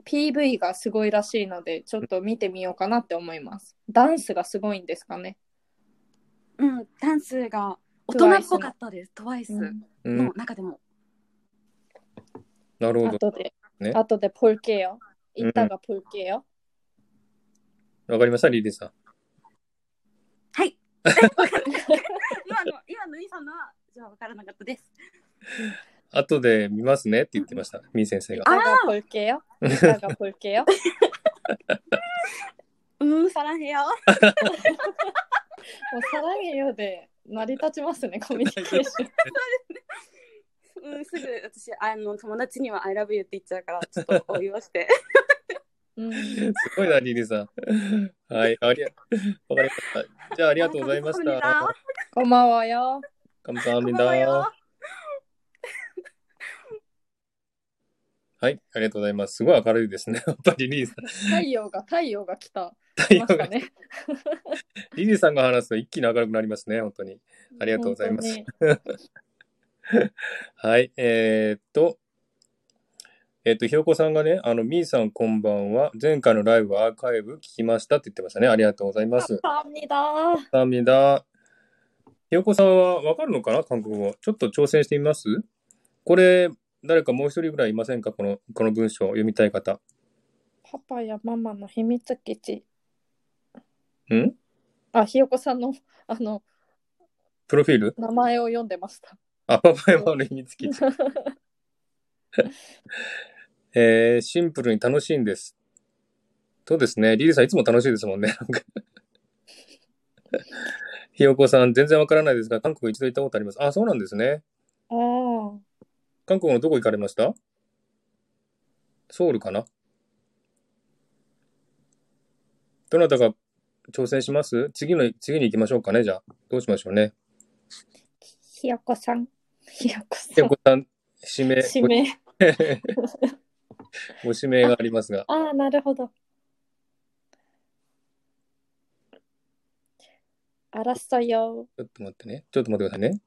Speaker 3: PV がすごいらしいのでちょっと見てみようかなって思います。ダンスがすごいんですかね。
Speaker 6: うん、うんダンスが大人っぽかったです。トワイス
Speaker 1: うん
Speaker 6: の、中でも。
Speaker 1: なるほ
Speaker 3: 後で、
Speaker 1: ね
Speaker 3: 後でポルケよ。行ったがポルケよ。
Speaker 1: ど。わかりました、リリーさん。
Speaker 6: はい。今の、今のイさんのは、じゃあ分からなかったです。
Speaker 1: 後で見ますねって言ってました、ミー先生
Speaker 3: 行っ
Speaker 1: が。
Speaker 3: たがポルケよ。行ったがポルケ よ。
Speaker 6: うーん、さらへよ。
Speaker 3: もうさらげようで成り立ちますねコミュニケーション。
Speaker 6: うん、すぐ私、あの、友達には I love you って言っちゃうから、ちょっとこう言わ して。
Speaker 3: うん
Speaker 1: すごいな、リリーさん。はい、ありが、わかりました。じゃあ、ありがとうございまし
Speaker 6: あ
Speaker 1: た。
Speaker 3: こんばんはよ。
Speaker 1: カムサハ
Speaker 6: こ
Speaker 1: ミ
Speaker 6: ん
Speaker 1: ダ
Speaker 6: ばんはよ
Speaker 1: はい、ありがとうございます。すごい明るいですね。 やっぱりリリーさん。
Speaker 3: 太陽が太陽が来た。
Speaker 1: 太陽
Speaker 3: まし
Speaker 1: が
Speaker 3: たね。
Speaker 1: リリーさんが話すと一気に明るくなりますね、本当に。ありがとうございます
Speaker 3: 本
Speaker 1: はい、えーっと、えーっと、ひよこさんがね、あの、みーさんこんばんは。前回のライブアーカイブ聞きましたって言ってましたね。ありがとうございます。
Speaker 3: 当に。감사합니다
Speaker 1: ダメだ。ひよこさんはわかるのかな韓国語。ちょっと挑戦してみますこれ、誰かもう一人ぐらいいませんかこの、この文章を読みたい方。
Speaker 3: パパやママの秘密基地。
Speaker 1: ん
Speaker 3: あ、ひよこさんのあの
Speaker 1: プロフィール
Speaker 3: 名前を読んでました。
Speaker 1: あ、パパヤマの秘密基地。えー、シンプルに楽しいんです。そうですね。リリーさんいつも楽しいですもんね。なんかひよこさん、全然わからないですが、韓国一度行ったことあります。あ、そうなんですね。
Speaker 3: ああ。
Speaker 1: 韓国のどこ行かれましたソウルかなどなたが挑戦します次の、次に行きましょうかね、じゃあ。どうしましょう ね。
Speaker 3: ひよこさん。ひよこ
Speaker 1: ひ
Speaker 3: さ
Speaker 1: よこさん、指名、
Speaker 3: ん。指名。
Speaker 1: ごご指名がありますが。
Speaker 3: ああ、なるほど。 알았어요.よ
Speaker 1: ちょっと待ってね。ちょっと待ってくださいね。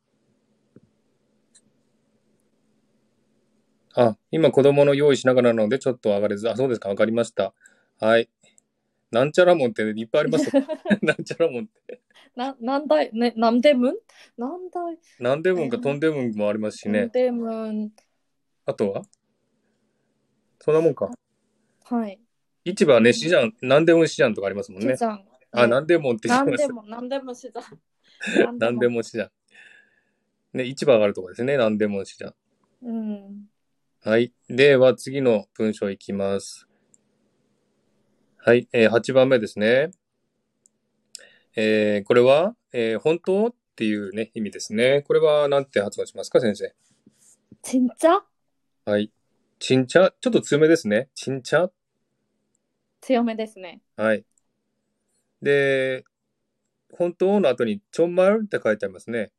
Speaker 1: あ、今子供の用意しながらなので、ちょっと上がれず。あ、そうですか。わかりました。はい。なんちゃらもんっていっぱいありますよ。 なんちゃらもんって。
Speaker 3: な、なんだい、ね、なんでむんなんだい、
Speaker 1: なんでもんかとんでもんもありますし
Speaker 3: なん
Speaker 1: ね。
Speaker 3: でむん。
Speaker 1: あとはそんなもんか。
Speaker 3: はい。
Speaker 1: 市場はね、市場、なんでも市場とかありますもん
Speaker 3: じ
Speaker 1: ね。
Speaker 3: ざん。
Speaker 1: あ、
Speaker 3: な
Speaker 1: なんんでもんって言いま
Speaker 3: で
Speaker 1: し
Speaker 3: も、なんでもしざ
Speaker 1: た。
Speaker 3: ん。
Speaker 1: なんで。も市場。ね、市場があるとこですね。なんでも市場。
Speaker 3: うん。
Speaker 1: はい。では次の文章いきます。はい。えー8番目ですね。えーこれは、えー本当っていうね、意味ですね。これはなんて発音しますか、先生。
Speaker 3: ちんちゃ
Speaker 1: はい。ちんちゃ、ちょっと強めですね。ちんちゃ。
Speaker 3: 強めですね。
Speaker 1: はい。で、本当の後に、ちょんまるって書いてありますね。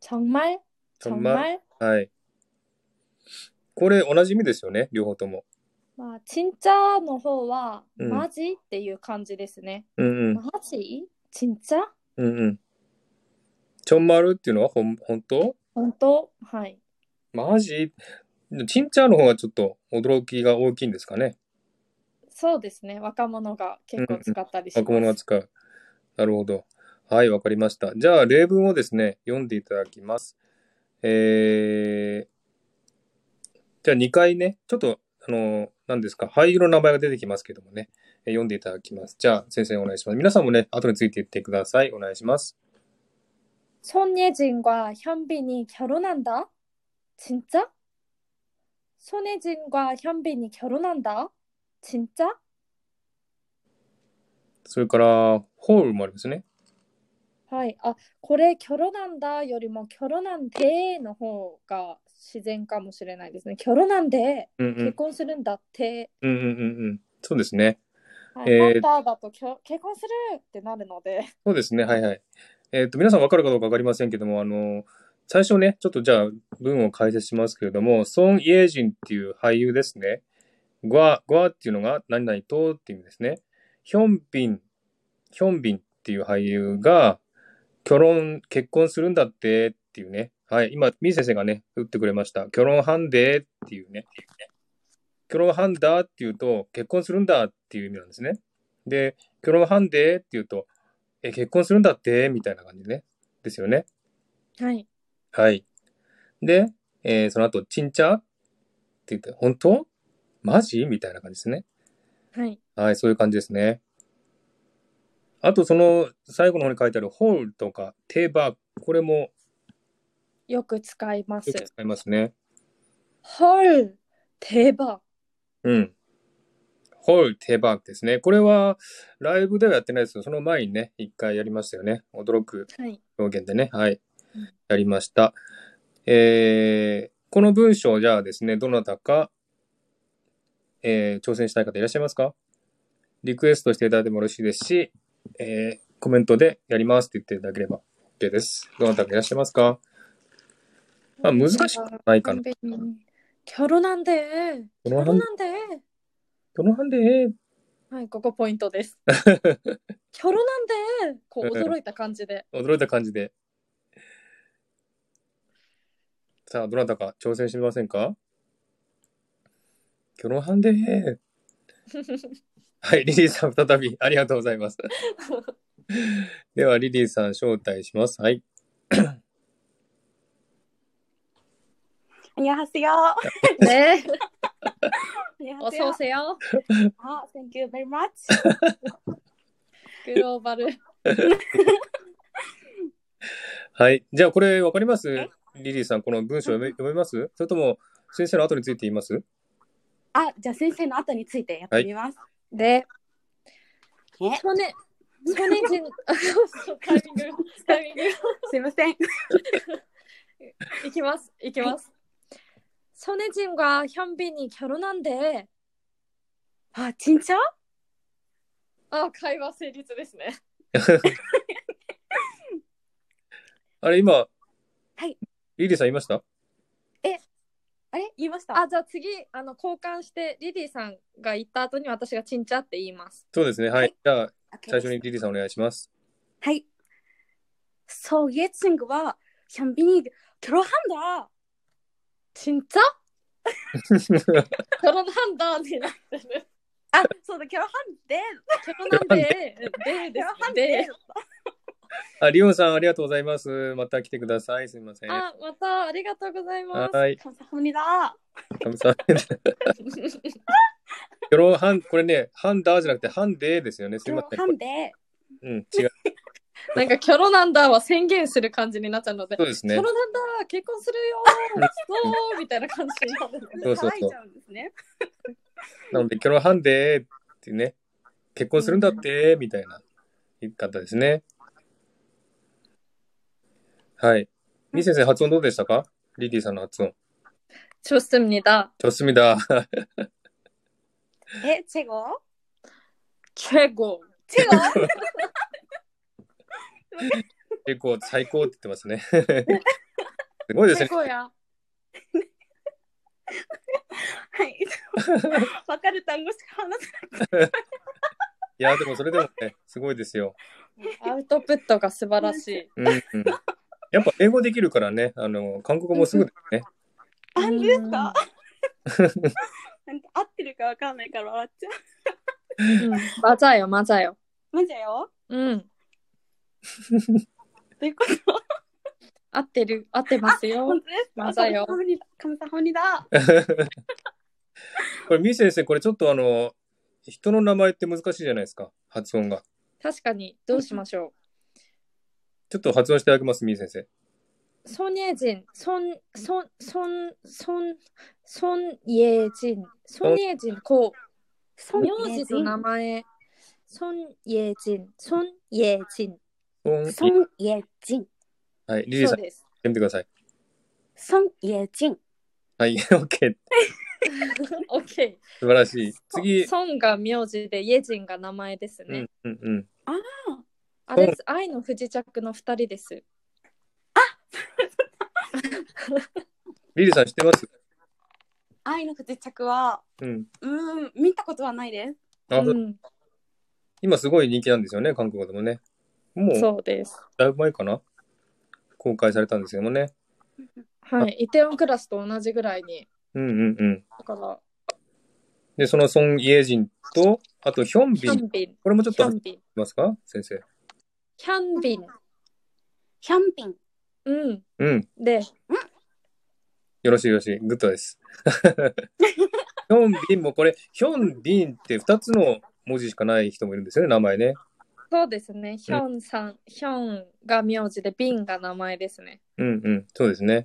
Speaker 3: ちょんまい
Speaker 1: ちょんまはい。これ、同じ意味ですよね、両方とも。
Speaker 3: まあ、ちんちゃの方は、
Speaker 1: うん
Speaker 3: マジっていう感じですね。
Speaker 1: うんうん。
Speaker 3: マジちんちゃ
Speaker 1: うんうん。ちょんまるっていうのは、ほん、本当
Speaker 3: 本当はい。
Speaker 1: マジチンチャーの方がちょっと驚きが大きいんですかね。
Speaker 3: そうですね。若者が結構使ったりします。
Speaker 1: 若者が使う。なるほど。はい、わかりました。じゃあ、例文をですね、読んでいただきます。えー、じゃあ2回ね、ちょっと、あの、何ですか、俳優の名前が出てきますけどもね、えー読んでいただきます。じゃあ、先生お願いします。皆さんもね、後についていってください。お願いします。
Speaker 3: 손예진과 현빈이 결혼한다? 진짜? 손예진과 현빈이 결혼한다? 진짜?
Speaker 1: それから、ホールもありますね。
Speaker 3: はい。あ、これ결혼한다 よりも결혼한대の方が自然かもしれないですね。결혼한대
Speaker 1: うんう
Speaker 3: 結
Speaker 1: ん。
Speaker 3: 婚するんだって。
Speaker 1: うんうんうんうん。そうですね。
Speaker 3: はい。
Speaker 1: えー
Speaker 3: アンダーだときょ結婚するってなるので。
Speaker 1: そうですね、はいはい。えっ、と、皆さん分かるかどうか分かりませんけども、あの、最初ね、ちょっとじゃあ文を解説しますけれども、ソン・イェージンっていう俳優ですね。ゴア、ゴアっていうのが何々とっていう意味ですね。ヒョンビン、ヒョンビンっていう俳優が、결혼、結婚するんだってっていうね。はい、今、ミー先生がね、打ってくれました。결혼한대っていうね。결혼한다っていうと、結婚するんだっていう意味なんですね。で、결혼한대っていうと、え、結婚するんだって、みたいな感じね。ですよね。
Speaker 3: はい。
Speaker 1: はい。で、えーその後、ちんちゃって言って、本当マジみたいな感じですね。
Speaker 3: はい。
Speaker 1: はい、そういう感じですね。あと、その、最後の方に書いてある、ホールとか、テーバー、これも
Speaker 3: よく使います
Speaker 1: よ。く使いますね。
Speaker 3: 헐 대박
Speaker 1: うん。ホール、テーバーですね。これは、ライブではやってないですけど、その前にね、一回やりましたよね。驚く
Speaker 3: はい
Speaker 1: 表現でね、はい
Speaker 3: うん、
Speaker 1: やりました。えーこの文章じゃあですね、どなたか、えー挑戦したい方いらっしゃいますかリクエストしていただいてもよろしいですし、えーコメントでやりますって言っていただければ OK です。どなたかいらっしゃいますかまあ、難しくはないかな。
Speaker 3: 선배님, 결혼한대
Speaker 1: 결혼한-
Speaker 3: 결혼한대
Speaker 1: どの辺で、えー
Speaker 3: はいここポイントです 결혼한대こう驚いた感じで
Speaker 1: 驚いた感じで。さあ、どなたか挑戦してみませんかキョロハンデー。はい、リリーさん再びありがとうございます。では、リリーさん招待します。はい。
Speaker 6: 안녕하세요.
Speaker 3: ね
Speaker 6: 안녕하세요.
Speaker 3: おそうせよ
Speaker 6: 아, thank you very much.
Speaker 3: グローバル
Speaker 1: はい。じゃあ、これわかりますリリーさん、この文章読め読めますそれとも、先生の後について言います
Speaker 6: 아, 자, 선생님 아토 についてやってみます。
Speaker 3: で
Speaker 6: ね
Speaker 3: ソネソネ 人タイミングタイミング
Speaker 6: すいません。
Speaker 3: いきますいきますソネ人がヒョンビに결혼한대
Speaker 6: 아, 진짜?
Speaker 3: あ会話成立ですね
Speaker 1: あれ、今、
Speaker 6: はい
Speaker 1: リリーさんいました
Speaker 6: あれ言いました。
Speaker 3: あ、じゃあ次、あの交換して、リリーさんが言った後に私がチンチャって言います。
Speaker 1: そうですね。はい。じゃあ、
Speaker 6: OK
Speaker 1: 最初にリリーさんお願いします。
Speaker 6: はい。 소예 친구와 현빈이 결혼한다.
Speaker 3: 진짜? 결혼한다니 나
Speaker 6: 아,そうだ、결혼한대
Speaker 3: 결혼한대. 네,
Speaker 6: 결
Speaker 3: です
Speaker 6: 혼한
Speaker 3: ね
Speaker 6: 대 。
Speaker 1: あ、リオンさん、ありがとうございます。また来てください。すみません。は
Speaker 3: あ、またありがとうございます。
Speaker 1: い。
Speaker 6: 감사합니다。
Speaker 1: 神さん。よろはん、これね、ハンダーじゃなくて、ハンデーですよね。すみ
Speaker 6: 결
Speaker 1: ま
Speaker 6: 혼
Speaker 1: せん。こ
Speaker 6: 한대
Speaker 1: れうん、違う。
Speaker 3: なんか、キョロナンダーは宣言する感じになっちゃうので、
Speaker 1: そうです
Speaker 3: キョ
Speaker 1: ね
Speaker 3: ロ。ナンダー結婚するよーそうみたいな感じになる。
Speaker 1: そうそうそう
Speaker 6: 騒いじゃうんですね。
Speaker 1: なので、キョロハンデーってね、結婚するんだって、みたいな言い方ですね。はい。ミ先生、発音どうでしたかリリーさんの発音。
Speaker 3: 좋습니다。
Speaker 1: 좋습니다。
Speaker 6: え、チェゴ
Speaker 3: チェゴ。
Speaker 6: チェゴ
Speaker 1: 結構最高って言ってますね。 すごいです
Speaker 3: チェ
Speaker 1: ね。
Speaker 3: ゴや。
Speaker 6: はい。わかる単語しか話せない
Speaker 1: や、でもそれでもね、すごいですよ。
Speaker 3: アウトプットが素晴らしい。
Speaker 1: うん、うん。やっぱ英語できるからね、あの、韓国もすぐですね。
Speaker 6: い。なんでですか なんか合ってるかわかんないから笑っちゃ
Speaker 3: うんマザよ、マザよ。
Speaker 6: う。マジよ。
Speaker 3: うん。
Speaker 6: どういうこと
Speaker 3: 合ってる、合ってますよ。
Speaker 6: 本当ですか
Speaker 3: マザよ
Speaker 6: 감사합니다。
Speaker 1: これ、ミ先生、これちょっとあの、人の名前って難しいじゃないですか、発音が。
Speaker 3: 確かに、どうしましょ
Speaker 1: ちょっと発音してあげます、ミ先生。
Speaker 3: う。ソンエジン、ソン、ソン、ソン、ソン、ソンエジン、ソンエジン、こう。
Speaker 6: ソン
Speaker 3: 名字と名前。ソンエジン、ソンエジン。
Speaker 1: う
Speaker 6: ソ
Speaker 1: ん
Speaker 6: ン・イェジン。
Speaker 1: はい、リリー
Speaker 3: そ
Speaker 1: さ、
Speaker 3: うん
Speaker 1: や
Speaker 3: です。
Speaker 1: ってみてください。
Speaker 6: ソン・イェジン。
Speaker 1: はい、OK。
Speaker 3: オッケ
Speaker 1: 素晴らしい。
Speaker 3: ー。
Speaker 1: 次、
Speaker 3: ソンが名字で、イエジンが名前です
Speaker 1: う
Speaker 3: ね。
Speaker 1: ん、うん、うん。
Speaker 3: あれです。愛の不時着の二人です。
Speaker 1: リリーさん知ってます
Speaker 6: 愛の不時着は、
Speaker 1: うん。
Speaker 6: うーん、見たことはないです。
Speaker 1: あ、
Speaker 3: うん、
Speaker 1: 今すごい人気なんですよね、韓国でもね。もう、
Speaker 3: そうです。
Speaker 1: だいぶ前かな公開されたんですけどもね。
Speaker 3: はい。イテオンクラスと同じぐらいに。
Speaker 1: うん、うん、うん。
Speaker 3: だから、
Speaker 1: で、そのソン・イェジンと、あと、ヒョン
Speaker 3: ヒ
Speaker 1: ビン。
Speaker 3: ャンビン。
Speaker 1: これもちょっ
Speaker 3: ヒ
Speaker 1: と
Speaker 3: ャ
Speaker 1: 入って
Speaker 3: ンビン。
Speaker 1: ますか先生。
Speaker 3: ヒャンビン。
Speaker 6: ヒャンピン。
Speaker 3: うん。
Speaker 1: うん。
Speaker 3: で、
Speaker 1: よろしいよろしい。グッドです。ヒョンビンもこれ、ヒョンビンって2つの文字しかない人もいるんですよね、名前ね。
Speaker 3: そうですね。ヒョンさん、ヒョンが名字で、ビンが名前ですね。
Speaker 1: うんうん。そうですね。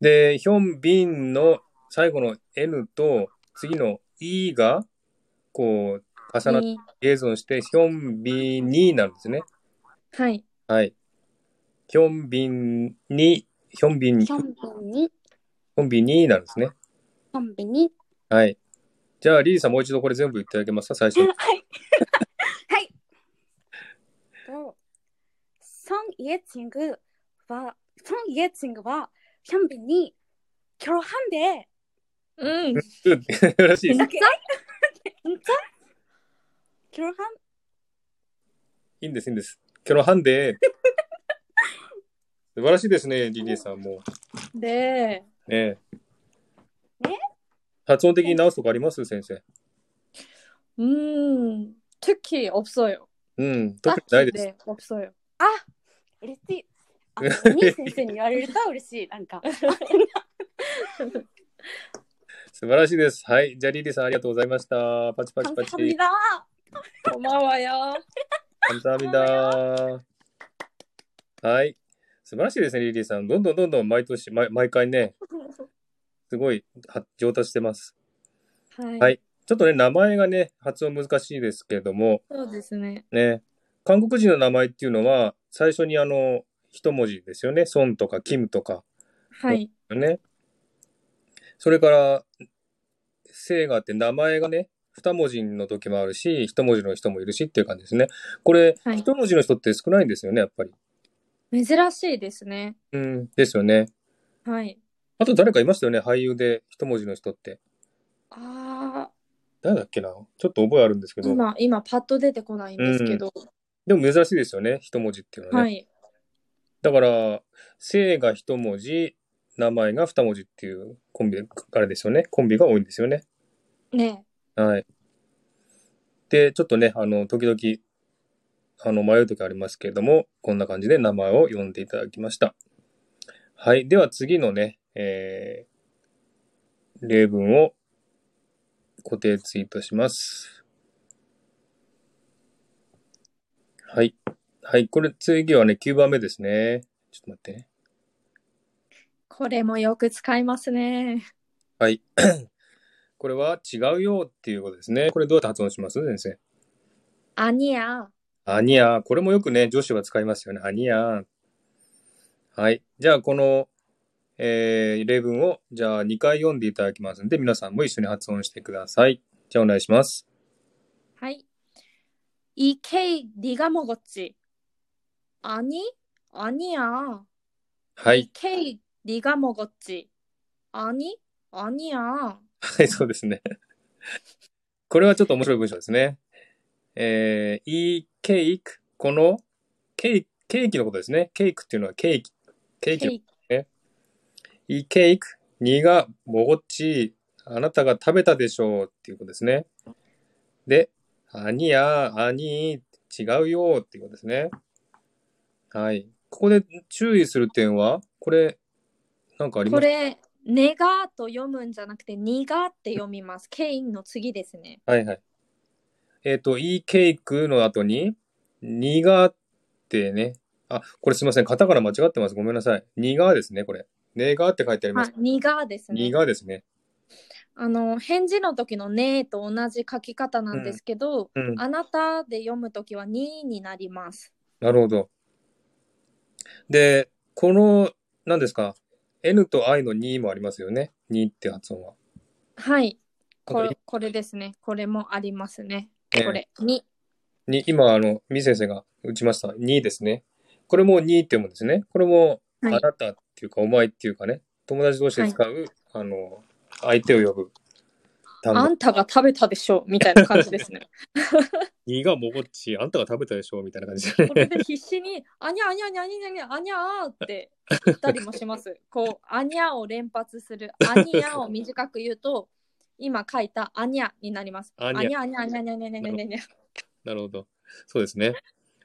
Speaker 1: で、ヒョンビンの最後の N と次の E が、こう、重なって
Speaker 3: に
Speaker 1: リエゾンして、ヒョンビンになるんですね。
Speaker 3: はい。
Speaker 1: はい。ヒョンビンに、ヒョンビン、ヒ
Speaker 6: ヒョンビンに、ヒ
Speaker 1: ョンビンになるんですね。
Speaker 6: ョンビンに。
Speaker 1: はい。じゃあ、リリーさんもう一度これ全部言っていただけますか最 初。
Speaker 6: はい。はい。と、ソン・イェジングは、ソン・イェジングは、ヒョンビンに、결혼한대。
Speaker 3: うん。
Speaker 1: うんよろしいです。
Speaker 6: だけ。결혼
Speaker 1: いいんです、いいんです。キョロハンデー。 素晴らしいですね、リリーさんも。
Speaker 3: で、
Speaker 1: ねえ
Speaker 6: ね
Speaker 1: 発音的に直すとこあります先生。
Speaker 3: うーん。トゥッキー、없어요。
Speaker 1: うん、特にないです。
Speaker 3: す。없어요。
Speaker 6: 嬉しい。あ、お兄先生に言われると嬉しい。なんか。
Speaker 1: 素晴らしいです。はい。じゃあ、リリーさんありがとうございました。パチパチ
Speaker 6: 感
Speaker 1: パチ。
Speaker 6: 謝합니다。
Speaker 3: こんばんはよ。
Speaker 1: 감사합니다はい。素晴らしいですね、リリーさん。どんどんどんどん毎年、毎毎回 ね、すごいは上達してます。
Speaker 3: はい。
Speaker 1: はいちょっとね、名前がね、発音難しいですけれども、
Speaker 3: そうですね。
Speaker 1: ね、韓国人の名前っていうのは、最初にあの、一文字ですよね。ソンとかキムとか、
Speaker 3: はい。
Speaker 1: ね。それから、姓があって名前がね、二文字の時もあるし、一文字の人もいるしっていう感じですね。これ、
Speaker 3: はい
Speaker 1: 一文字の人って少ないんですよね、やっぱり。
Speaker 3: 珍しいですね。
Speaker 1: うん、ですよね。
Speaker 3: はい。
Speaker 1: あと誰かいましたよね、俳優で一文字の人って。
Speaker 3: ああ、
Speaker 1: 誰だっけなちょっと覚えあるんですけど。
Speaker 3: 今、今、パッと出てこないんですけど。
Speaker 1: でも珍しいですよね、一文字っていうのは
Speaker 3: は
Speaker 1: ね。
Speaker 3: い。
Speaker 1: だから、姓が一文字、名前が二文字っていうコンビ、あれですよね。コンビが多いんですよね。
Speaker 3: ね
Speaker 1: はい。で、ちょっとね、あの、時々、あの、迷う時ありますけれども、こんな感じで名前を呼んでいただきました。はい。では次のね、えー、例文を固定ツイートします。はい。はい。これ次はね、9番目ですね。ちょっと待ってね。
Speaker 3: これもよく使いますね。
Speaker 1: はい。これは違うよっていうことですね。これどうやって発音します先生。
Speaker 3: アニア。
Speaker 1: アニヤー。これもよくね、女子は使いますよね。アニヤー。はい。じゃあ、この、えー例文を、じゃあ、2回読んでいただきますので、皆さんも一緒に発音してください。じゃあ、お願いします。
Speaker 3: はい。이케이 네가 먹었지? 아니, 아니야.
Speaker 1: はい。
Speaker 3: 이케이 네가 먹었지? 아니, 아니야.
Speaker 1: はい、そうですね。これはちょっと面白い文章ですね。えー、いいケーキ、この、ケーキ、ケーキのことですね。ケーキっていうのはケーキ。ケーキの
Speaker 3: 케이크.
Speaker 1: いいケーキ、にがもごっち、あなたが食べたでしょうっていうことですね。で、あにや、あに、違うよっていうことですね。はい。ここで注意する点は、これ、なんかありま
Speaker 3: こ
Speaker 1: す
Speaker 3: れ、ネガと読むんじゃなくて、ニガって読みます。ケインの次ですね。
Speaker 1: はいはい。えっ、と、いいケーキの後に、にがってね、あ、これすいません。型から間違ってます。ごめんなさい。にがですね、これ。ねがって書いてありま
Speaker 3: あ
Speaker 1: す。、
Speaker 3: ニガですね
Speaker 1: に。がですね。
Speaker 3: あの、返事の時のねと同じ書き方なんですけど、
Speaker 1: うん。
Speaker 3: あなたで読む時はにになります。
Speaker 1: なるほど。で、この、何ですか、N と I の2もありますよね。2って発音は。
Speaker 3: はい。
Speaker 1: なん
Speaker 3: こ
Speaker 1: か
Speaker 3: これですね。これもありますね。
Speaker 1: ええ
Speaker 3: これ。に。
Speaker 1: に今、あの、み先生が打ちました。2ですね。これも2って読むんですね。これも、
Speaker 3: はい
Speaker 1: あなたっていうか、お前っていうかね、友達同士で使う、あの、相手を呼ぶ単
Speaker 3: あ
Speaker 1: 語。
Speaker 3: んたが食べたでしょみたいな感じですね。
Speaker 1: 2がもごっち、あんたが食べたでしょみたいな感じで、
Speaker 3: こ
Speaker 1: ね。
Speaker 3: れで必死に、あにゃあにゃあにゃあにゃあにゃあにゃーって言ったりもします。こう、あにゃを連発する。あにゃを短く言うと、今書いたあにゃになります。
Speaker 1: あ
Speaker 3: あ
Speaker 1: にゃ
Speaker 3: にゃあにゃあにゃあにゃあにゃあにゃあにゃあにゃ
Speaker 1: なるほど。そうですね。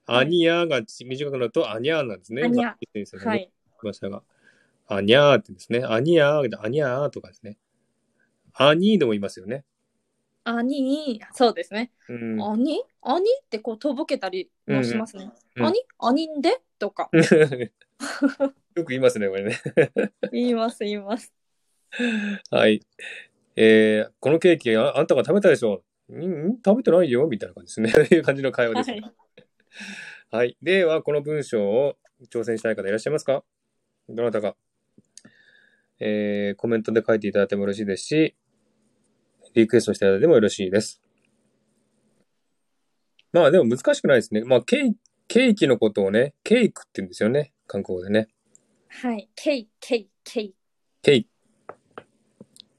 Speaker 3: は
Speaker 1: ア
Speaker 3: い
Speaker 1: ニヤが短くなると、アニャーなんですね。
Speaker 3: アニャー
Speaker 1: 今み先生がね
Speaker 3: はい。
Speaker 1: ましたが。あにゃーってですね。あにゃー、あにゃーとかですね。あにーでも言いますよね。
Speaker 3: あに、そうですね。
Speaker 1: うん。
Speaker 3: あにあにってこうとぼけたりもしますね。
Speaker 1: うんうん
Speaker 3: あにあにんでとか
Speaker 1: よく言いますね、これね。
Speaker 3: 言います、言います。
Speaker 1: はい。えー、このケーキあ、あんたが食べたでしょうんん食べてないよみたいな感じですね。 という感じの会話です。
Speaker 3: はい
Speaker 1: はい。では、この文章を挑戦したい方いらっしゃいますかどなたか。えー、コメントで書いていただいてもよろしいですし、リクエストしていただいてもよろしいです。まあ、でも難しくないですね。まあ、ケーキ、ケーキのことをね、ケークって言うんですよね。韓国語でね。
Speaker 3: はい。ケイ、ケイ、ケイ。
Speaker 1: ケイ、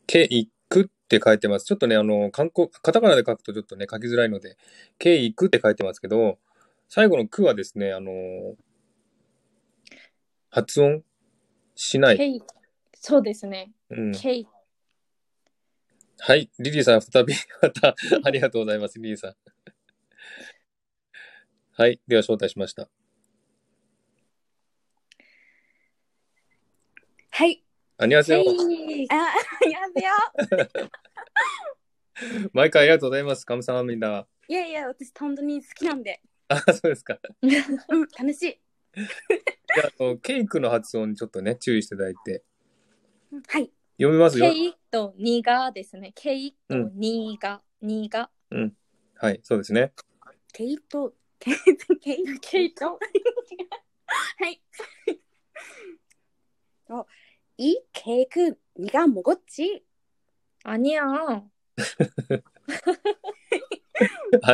Speaker 1: ケイクって書いてます。ちょっとね、あの、韓国、カタカナで書くとちょっとね、書きづらいので、ケイクって書いてますけど、最後のクはですね、あの、発音しない。
Speaker 3: ケイ。そうですね。
Speaker 1: うん、
Speaker 3: ケイ。
Speaker 1: はい、リリーさん、再び、また、ありがとうございます、リリーさん。はい、では招待しました。
Speaker 6: はい。
Speaker 1: あにわせよ。
Speaker 6: はい。あ、やめよう。
Speaker 1: 毎回ありがとうございます。カムサハミダ。
Speaker 6: いやいや、私、本当に好きなんで。
Speaker 1: あ、そうですか。
Speaker 6: うん、楽しい。
Speaker 1: じゃあ、あの、ケイクの発音にちょっとね、注意していただいて。
Speaker 6: うんはい。
Speaker 1: 読みますよ
Speaker 3: ケ。イとニガですね。ケイとニガ、ニガ。
Speaker 1: はい、そうですね。
Speaker 6: ケイト、ケイケイ
Speaker 3: ケイと。
Speaker 6: はい。 と、いケイク、にがもごっち。
Speaker 3: アニア
Speaker 1: は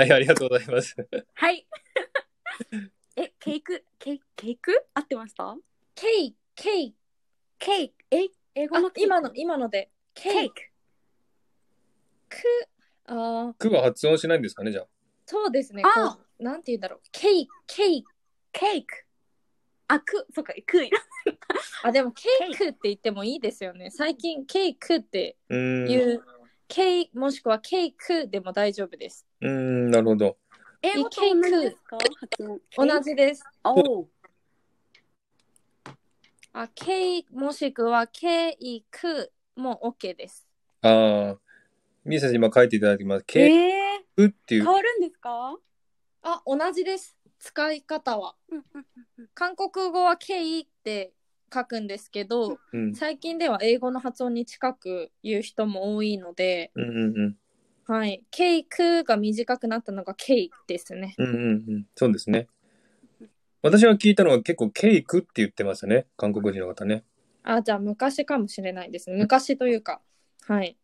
Speaker 1: い、ありがとうございます。
Speaker 6: はい。 え、ケイク、ケイ、ケイク合ってました
Speaker 3: ケイ、ケイ。
Speaker 6: ケイク、え、英語
Speaker 3: あ
Speaker 6: の、
Speaker 3: 今の、今ので。
Speaker 6: ケ
Speaker 3: ケ
Speaker 6: イ
Speaker 3: イ
Speaker 6: ク。
Speaker 3: ク。あー
Speaker 1: くは発音しないんですかね、じゃあ。
Speaker 3: そうですね。
Speaker 6: あー
Speaker 3: こうなんて言うんだろう。ケイ、ケイ。
Speaker 6: ケイク。あくそっかくい
Speaker 3: あでもケイクって言ってもいいですよね最近ケイクって
Speaker 1: う
Speaker 3: い
Speaker 1: ーん。
Speaker 3: う、ケイもしくはケイクでも大丈夫です
Speaker 1: うーん、なるほど。
Speaker 6: 英語と同じですか発音
Speaker 3: 同じです
Speaker 6: おう
Speaker 3: あケイもしくはケイクも OK です
Speaker 1: ああ、ミーさん今書いていただいてます。
Speaker 6: え
Speaker 1: ケー
Speaker 6: え
Speaker 1: クってい
Speaker 6: 変
Speaker 1: う。
Speaker 6: わるんですか
Speaker 3: あ同じです使い方は
Speaker 6: うんうん
Speaker 3: 韓国語はケイって書くんですけど
Speaker 1: うん。
Speaker 3: 最近では英語の発音に近く言う人も多いので、
Speaker 1: うんうんうん。
Speaker 3: はい、ケイクが短くなったのがケイですね。
Speaker 1: うんうんうん。そうですね。私が聞いたのは結構ケイクって言ってましたね。韓国人の方ね。
Speaker 3: あ、じゃあ昔かもしれないですね。昔というか、はい。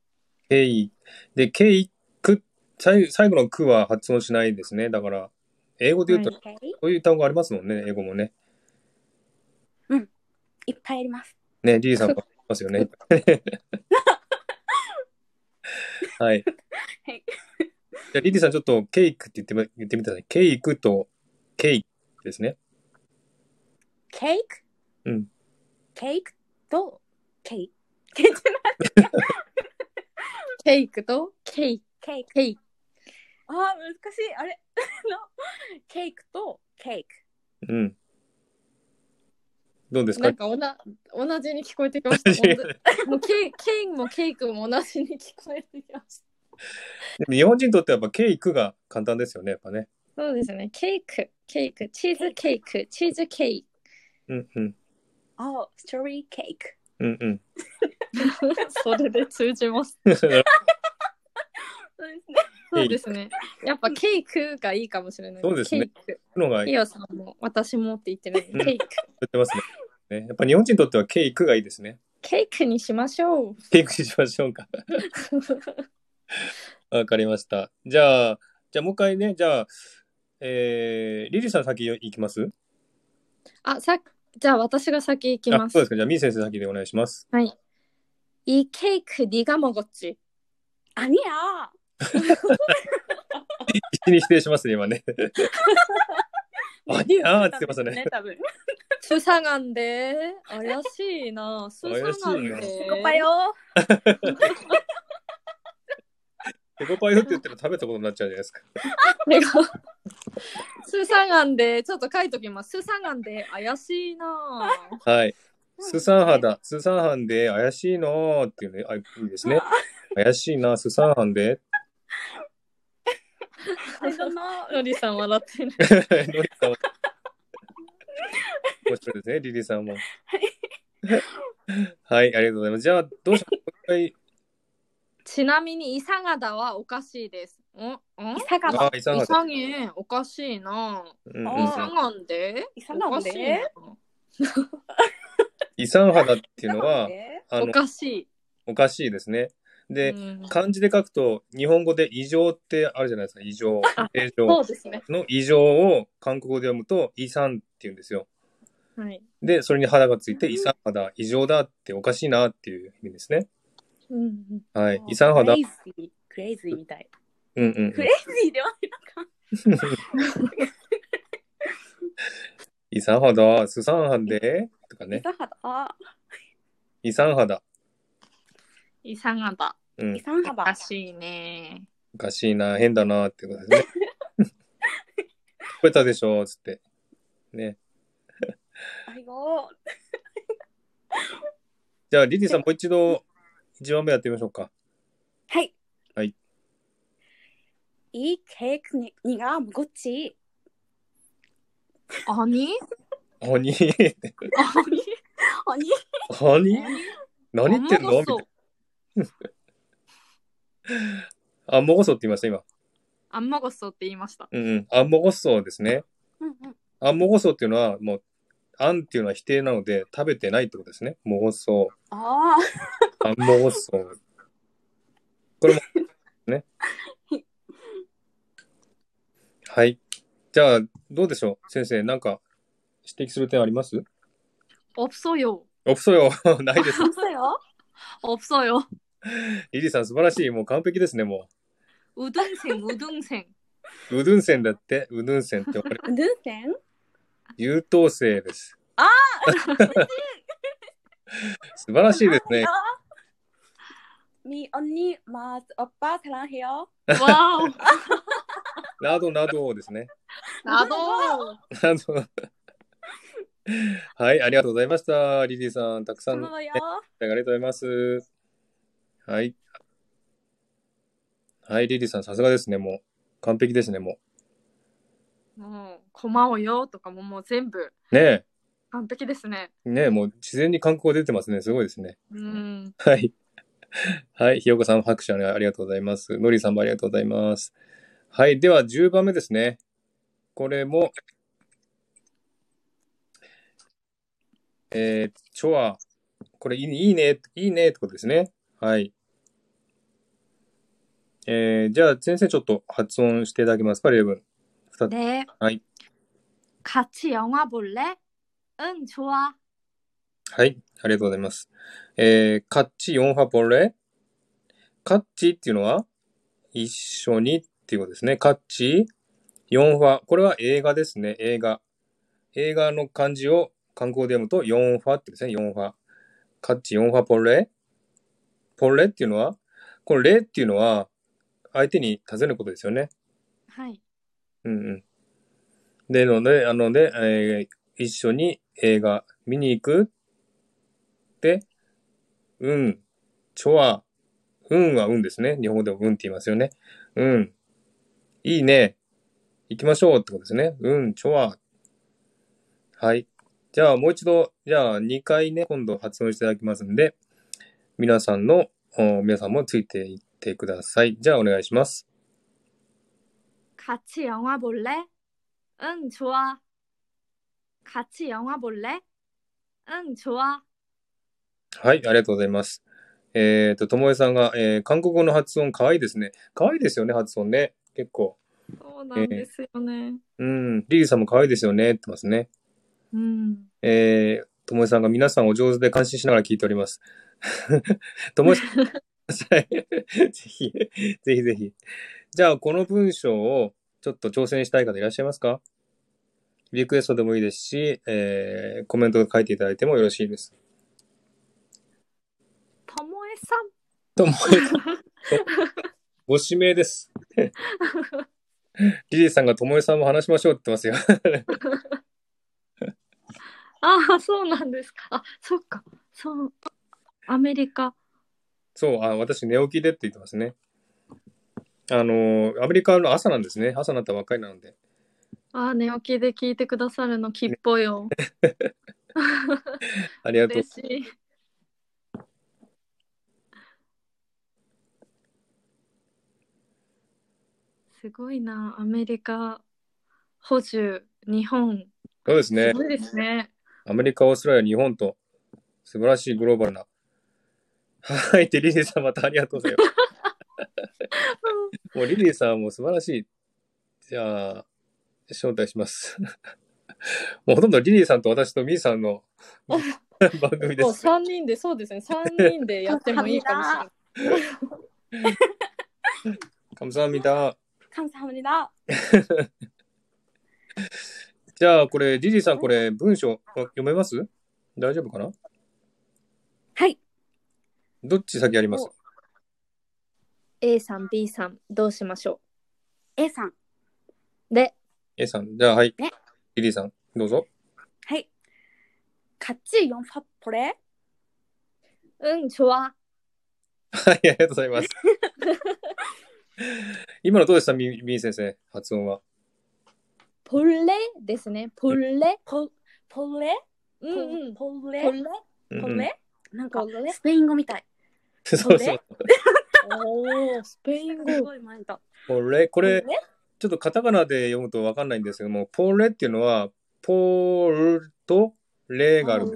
Speaker 1: ケイ。で、ケイク、最最後のクは発音しないですね。だから、英語で言うと、
Speaker 6: OK
Speaker 1: そういう単語ありますもんね。英語もね。
Speaker 6: いっぱいあります
Speaker 1: ね、リリーさんもありますよね。 はい。
Speaker 6: はい
Speaker 1: じゃあリリーさんちょっとケイクって言ってみ言ってみてください。ケイクとケイですね。
Speaker 6: ケーク
Speaker 1: うん
Speaker 6: ケークとケ イケーク
Speaker 3: ケイクとケイ、
Speaker 6: ケーク
Speaker 3: ケイ。
Speaker 6: あー難しいあれ のケークとケーク
Speaker 1: うん。どうです
Speaker 3: な
Speaker 1: か
Speaker 3: んかおな同じに聞こえてきました。もうケイ、ケイもケイクも同じに聞こえてきまし
Speaker 1: 日本人にとってはやっぱケイクが簡単ですよね。やっぱね。
Speaker 3: た。そうですね。ケイク、ケイク、チーズケイク、チーズケイ。
Speaker 1: うんうん。
Speaker 6: あストーリーケーク
Speaker 1: うんうん。
Speaker 3: それで通じます。
Speaker 6: そうですね
Speaker 3: そうですね。やっぱケイクがいいかもしれない。
Speaker 1: そうですね
Speaker 3: ケイク。
Speaker 1: のが
Speaker 3: ヒ
Speaker 1: 言
Speaker 3: ヨさんも私もって言ってるの
Speaker 1: うん
Speaker 3: でケイク。
Speaker 1: ってますね。ねやっぱ日本人にとってはケイクがいいですね。
Speaker 3: ケイクにしましょう。
Speaker 1: ケイクにしましょうか。わかりました。じゃあ、じゃあもう一回ね、じゃあ、えー、リリーさん先行きます
Speaker 3: あ、さじゃあ私が先行きま
Speaker 1: あ、そうです
Speaker 3: す。
Speaker 1: か。じゃあ、ミー先生先でお願いします。
Speaker 3: 이 케이크 네가 먹었지.
Speaker 6: アニア
Speaker 1: 一に否定しますね、今 ね。アニヤーって言ってましたね。
Speaker 6: 多分
Speaker 3: 수상한데 아야시나 수상한데.
Speaker 6: おはよ
Speaker 1: ペコパイよって言ったら食べたことになっちゃうじゃないですか。
Speaker 3: 내가 수상한데. 저도 카이토기마 수상한데 아야시나.
Speaker 1: はい。スサンハだ。スサンハンで怪しいなーっていうね。あ、いいですね。怪しいな、スサンハンで。
Speaker 6: う I don't know
Speaker 3: 요리상 말았더니
Speaker 1: ノリさんは面白いですね、リリーさんも。はい、ありがとうございます。じゃあ、どうしましょうもう一
Speaker 3: 지나민이 이상하다와 오카시이데스. 어? 어?
Speaker 6: イサガ
Speaker 1: 回、あ
Speaker 6: バ
Speaker 1: ー、イサンハだ。
Speaker 3: 이상해. 오카시이나.
Speaker 1: うんうん
Speaker 6: あー
Speaker 3: 이상한데.
Speaker 6: イサガバで
Speaker 3: 오카시이나.
Speaker 1: イサンハダっていうのは、あの、
Speaker 3: 오카시.
Speaker 1: おかしいですね。で、
Speaker 3: 음.
Speaker 1: 漢字で書くと、日本語で異常ってあるじゃないですか。異常。正
Speaker 3: そ
Speaker 1: 常
Speaker 3: うですね。
Speaker 1: の異常を韓国語で読むと、異産って言うんですよ。
Speaker 3: はい。
Speaker 1: で、それに肌がついて、異産肌、異常だっておかしいなっていう意味ですね。
Speaker 3: うんうん。
Speaker 1: はい。異産肌。う
Speaker 6: クレイ
Speaker 1: ん
Speaker 6: ジークレイジーみたい
Speaker 1: うんうん
Speaker 6: ク。レイジーでは
Speaker 1: 異産肌、スサンハンで、とか
Speaker 6: イ
Speaker 1: ね。
Speaker 6: サハダあ
Speaker 1: 異産肌。
Speaker 2: イサガバ。
Speaker 1: うん
Speaker 6: イ。サンハ
Speaker 2: おか
Speaker 6: バ
Speaker 2: しいね。
Speaker 1: おかしいな、変だなってことですね。 聞こえたでしょつって。ね。
Speaker 6: おはよう
Speaker 1: じゃあ、リリーさんもう一度、一番目やってみましょうか。
Speaker 6: はい
Speaker 1: はい
Speaker 6: いいケークににがむごっち
Speaker 2: アニ
Speaker 1: 鬼、
Speaker 6: おに
Speaker 1: 鬼何言ってんのみたい
Speaker 2: そ
Speaker 1: な。アンモゴソって言いました、今。
Speaker 2: アンマゴソって言いました。
Speaker 1: うんうん。アンモゴソですね。
Speaker 6: うんうん
Speaker 1: アンモゴソっていうのは、もう、アンっていうのは否定なので、食べてないってことですね。モゴソ、
Speaker 6: あ
Speaker 1: アンモゴソ。これも、ね。はい。じゃあ、どうでしょう先生、なんか、指摘する点あります
Speaker 2: 없어요。
Speaker 1: オプソよ。 ないです。
Speaker 6: あそうよ
Speaker 2: 없어요。
Speaker 1: リリーさん、素晴らしい。もう完璧ですね、も
Speaker 2: 우등생우등생
Speaker 1: う。ウドゥンセンだって、ウドゥンセンって呼ばれる。
Speaker 6: ルーセン
Speaker 1: 優等生です。 素晴らしいですね。
Speaker 6: 미 언니, 마 오빠 사랑해요.
Speaker 2: 와우.
Speaker 1: などなどですね。
Speaker 2: 나도.
Speaker 1: など。はい、ありがとうございました。リリーさん、たくさん、ね、あ
Speaker 6: 고마워요.
Speaker 1: りがとうございます。はい。はい、リリーさん、さすがですね、もう。完璧ですね、も
Speaker 2: 어, 고마워요. とかももう全部
Speaker 1: う。ね
Speaker 2: 完璧ですね。
Speaker 1: え、ねえ、もう自然に韓国語出てますね。すごいですね。
Speaker 2: うん。
Speaker 1: はい。はい。ひよこさん、拍手ありがとうございます。のりさんもありがとうございます。はい。では、10番目ですね。これも、えー、チョア。これいいね、いいね、いいねってことですね。はい。えー、じゃあ、先生、ちょっと発音していただけますか、例文。二つ。
Speaker 2: 네.
Speaker 1: 아이.
Speaker 2: 같이 영화 볼래? 응, 좋아.
Speaker 1: はい、ありがとうございます。えー、カッチ4波ボレカッチっていうのは、一緒にっていうことですね。カッチ4波。これは映画ですね、映画。映画の漢字を韓国語で読むと4波ってですね、4波。カッチ4波ボレボレっていうのは、これレっていうのは、相手に尋ねることですよね。
Speaker 2: 하이.
Speaker 1: うんうん。でので、あので、えー一緒に映画見に行くって、うん、ちょは、うんはうんですね。日本語でもうんって言いますよね。うん。いいね。行きましょうってことですね。うん、ちょは。はい。じゃあもう一度、じゃあ2回ね、今度発音していただきますんで、皆さんの、お皆さんもついていってください。じゃあお願いします。
Speaker 2: 같이 영화 볼래? 응, 좋아. 같이 영화 볼래? 응, 좋아.
Speaker 1: はい、ありがとうございます。えっ、と、ともえさんが、えー韓国語の発音、かわいいですね。かわいいですよね、発音ね。結構。
Speaker 2: 어, そうなんですよね。
Speaker 1: うん、リリーさんもかわいいですよね、ってますね。
Speaker 2: 음.
Speaker 1: えー、ともえさんが皆さんお上手で感心しながら聞いております。 ともえさん、 ぜひ、ぜひぜひ。じゃあ、この文章をちょっと挑戦したい方いらっしゃいますかリクエストでもいいですし、えーコメントで書いていただいてもよろしいです。
Speaker 2: 토모에-쌈.
Speaker 1: ともえさん。ご指名です。リリーさんがともえさんも話しましょうって言ってますよ。
Speaker 2: 아, そうなんですか. 아, そっか.そう. 아메리카.
Speaker 1: そう、あ私寝起きでって言ってますね。あの、アメリカの朝なんですね。朝になったばっかりなので。
Speaker 2: 아, 내어키데 키이테 쿠다사르 노 기뻐요.
Speaker 1: ありがとう。
Speaker 2: 嬉しい.すごいな。アメリカ、補充、日本。
Speaker 1: そうです
Speaker 2: す
Speaker 1: ね。
Speaker 2: ごいですね。
Speaker 1: アメリカ、オーストラリア、日本と、素晴らしいグローバルな。はい。で、リリーさんまたありがとうございます。もうリリーさんはもう素晴らしい。じゃあ、招待します。もうほとんどリリーさんと私とミーさんの番組で
Speaker 3: もう
Speaker 1: す。
Speaker 3: 3人で、そうですね、3人でやってもいいかもしれない。
Speaker 1: カムサミダ。
Speaker 6: 감사합니다.
Speaker 1: じゃあ、これ、リリーさん、これ、文章あ読めます大丈夫かな
Speaker 6: はい。
Speaker 1: どっち先やります
Speaker 3: A さん、B さん、どうしましょ
Speaker 6: A さん。
Speaker 3: う。で、
Speaker 1: ?A さん。じゃあ、はい
Speaker 6: ね。
Speaker 1: リリーさん、どうぞ。
Speaker 6: はい。같이영화보래
Speaker 3: うん、좋아
Speaker 1: はい、ありがとうございます。今のどうでしたみ、みー先生、発音は。
Speaker 3: ポレですね、ポレ。
Speaker 6: ポポレ
Speaker 3: う
Speaker 6: うん
Speaker 3: うん。ポ
Speaker 6: ポレ
Speaker 3: レ
Speaker 1: うんうん
Speaker 6: ポレなんか
Speaker 3: ポレ
Speaker 6: スペイン語みたい。
Speaker 1: そうそう。
Speaker 3: おー、スペイン
Speaker 6: す
Speaker 3: 語。
Speaker 6: ごい前だ。
Speaker 1: これ、こ
Speaker 6: ポ
Speaker 1: れ
Speaker 6: レ、
Speaker 1: ちょっとカタカナで読むとわかんないんですけども、ポレっていうのは、ポールとレがある。
Speaker 3: ポ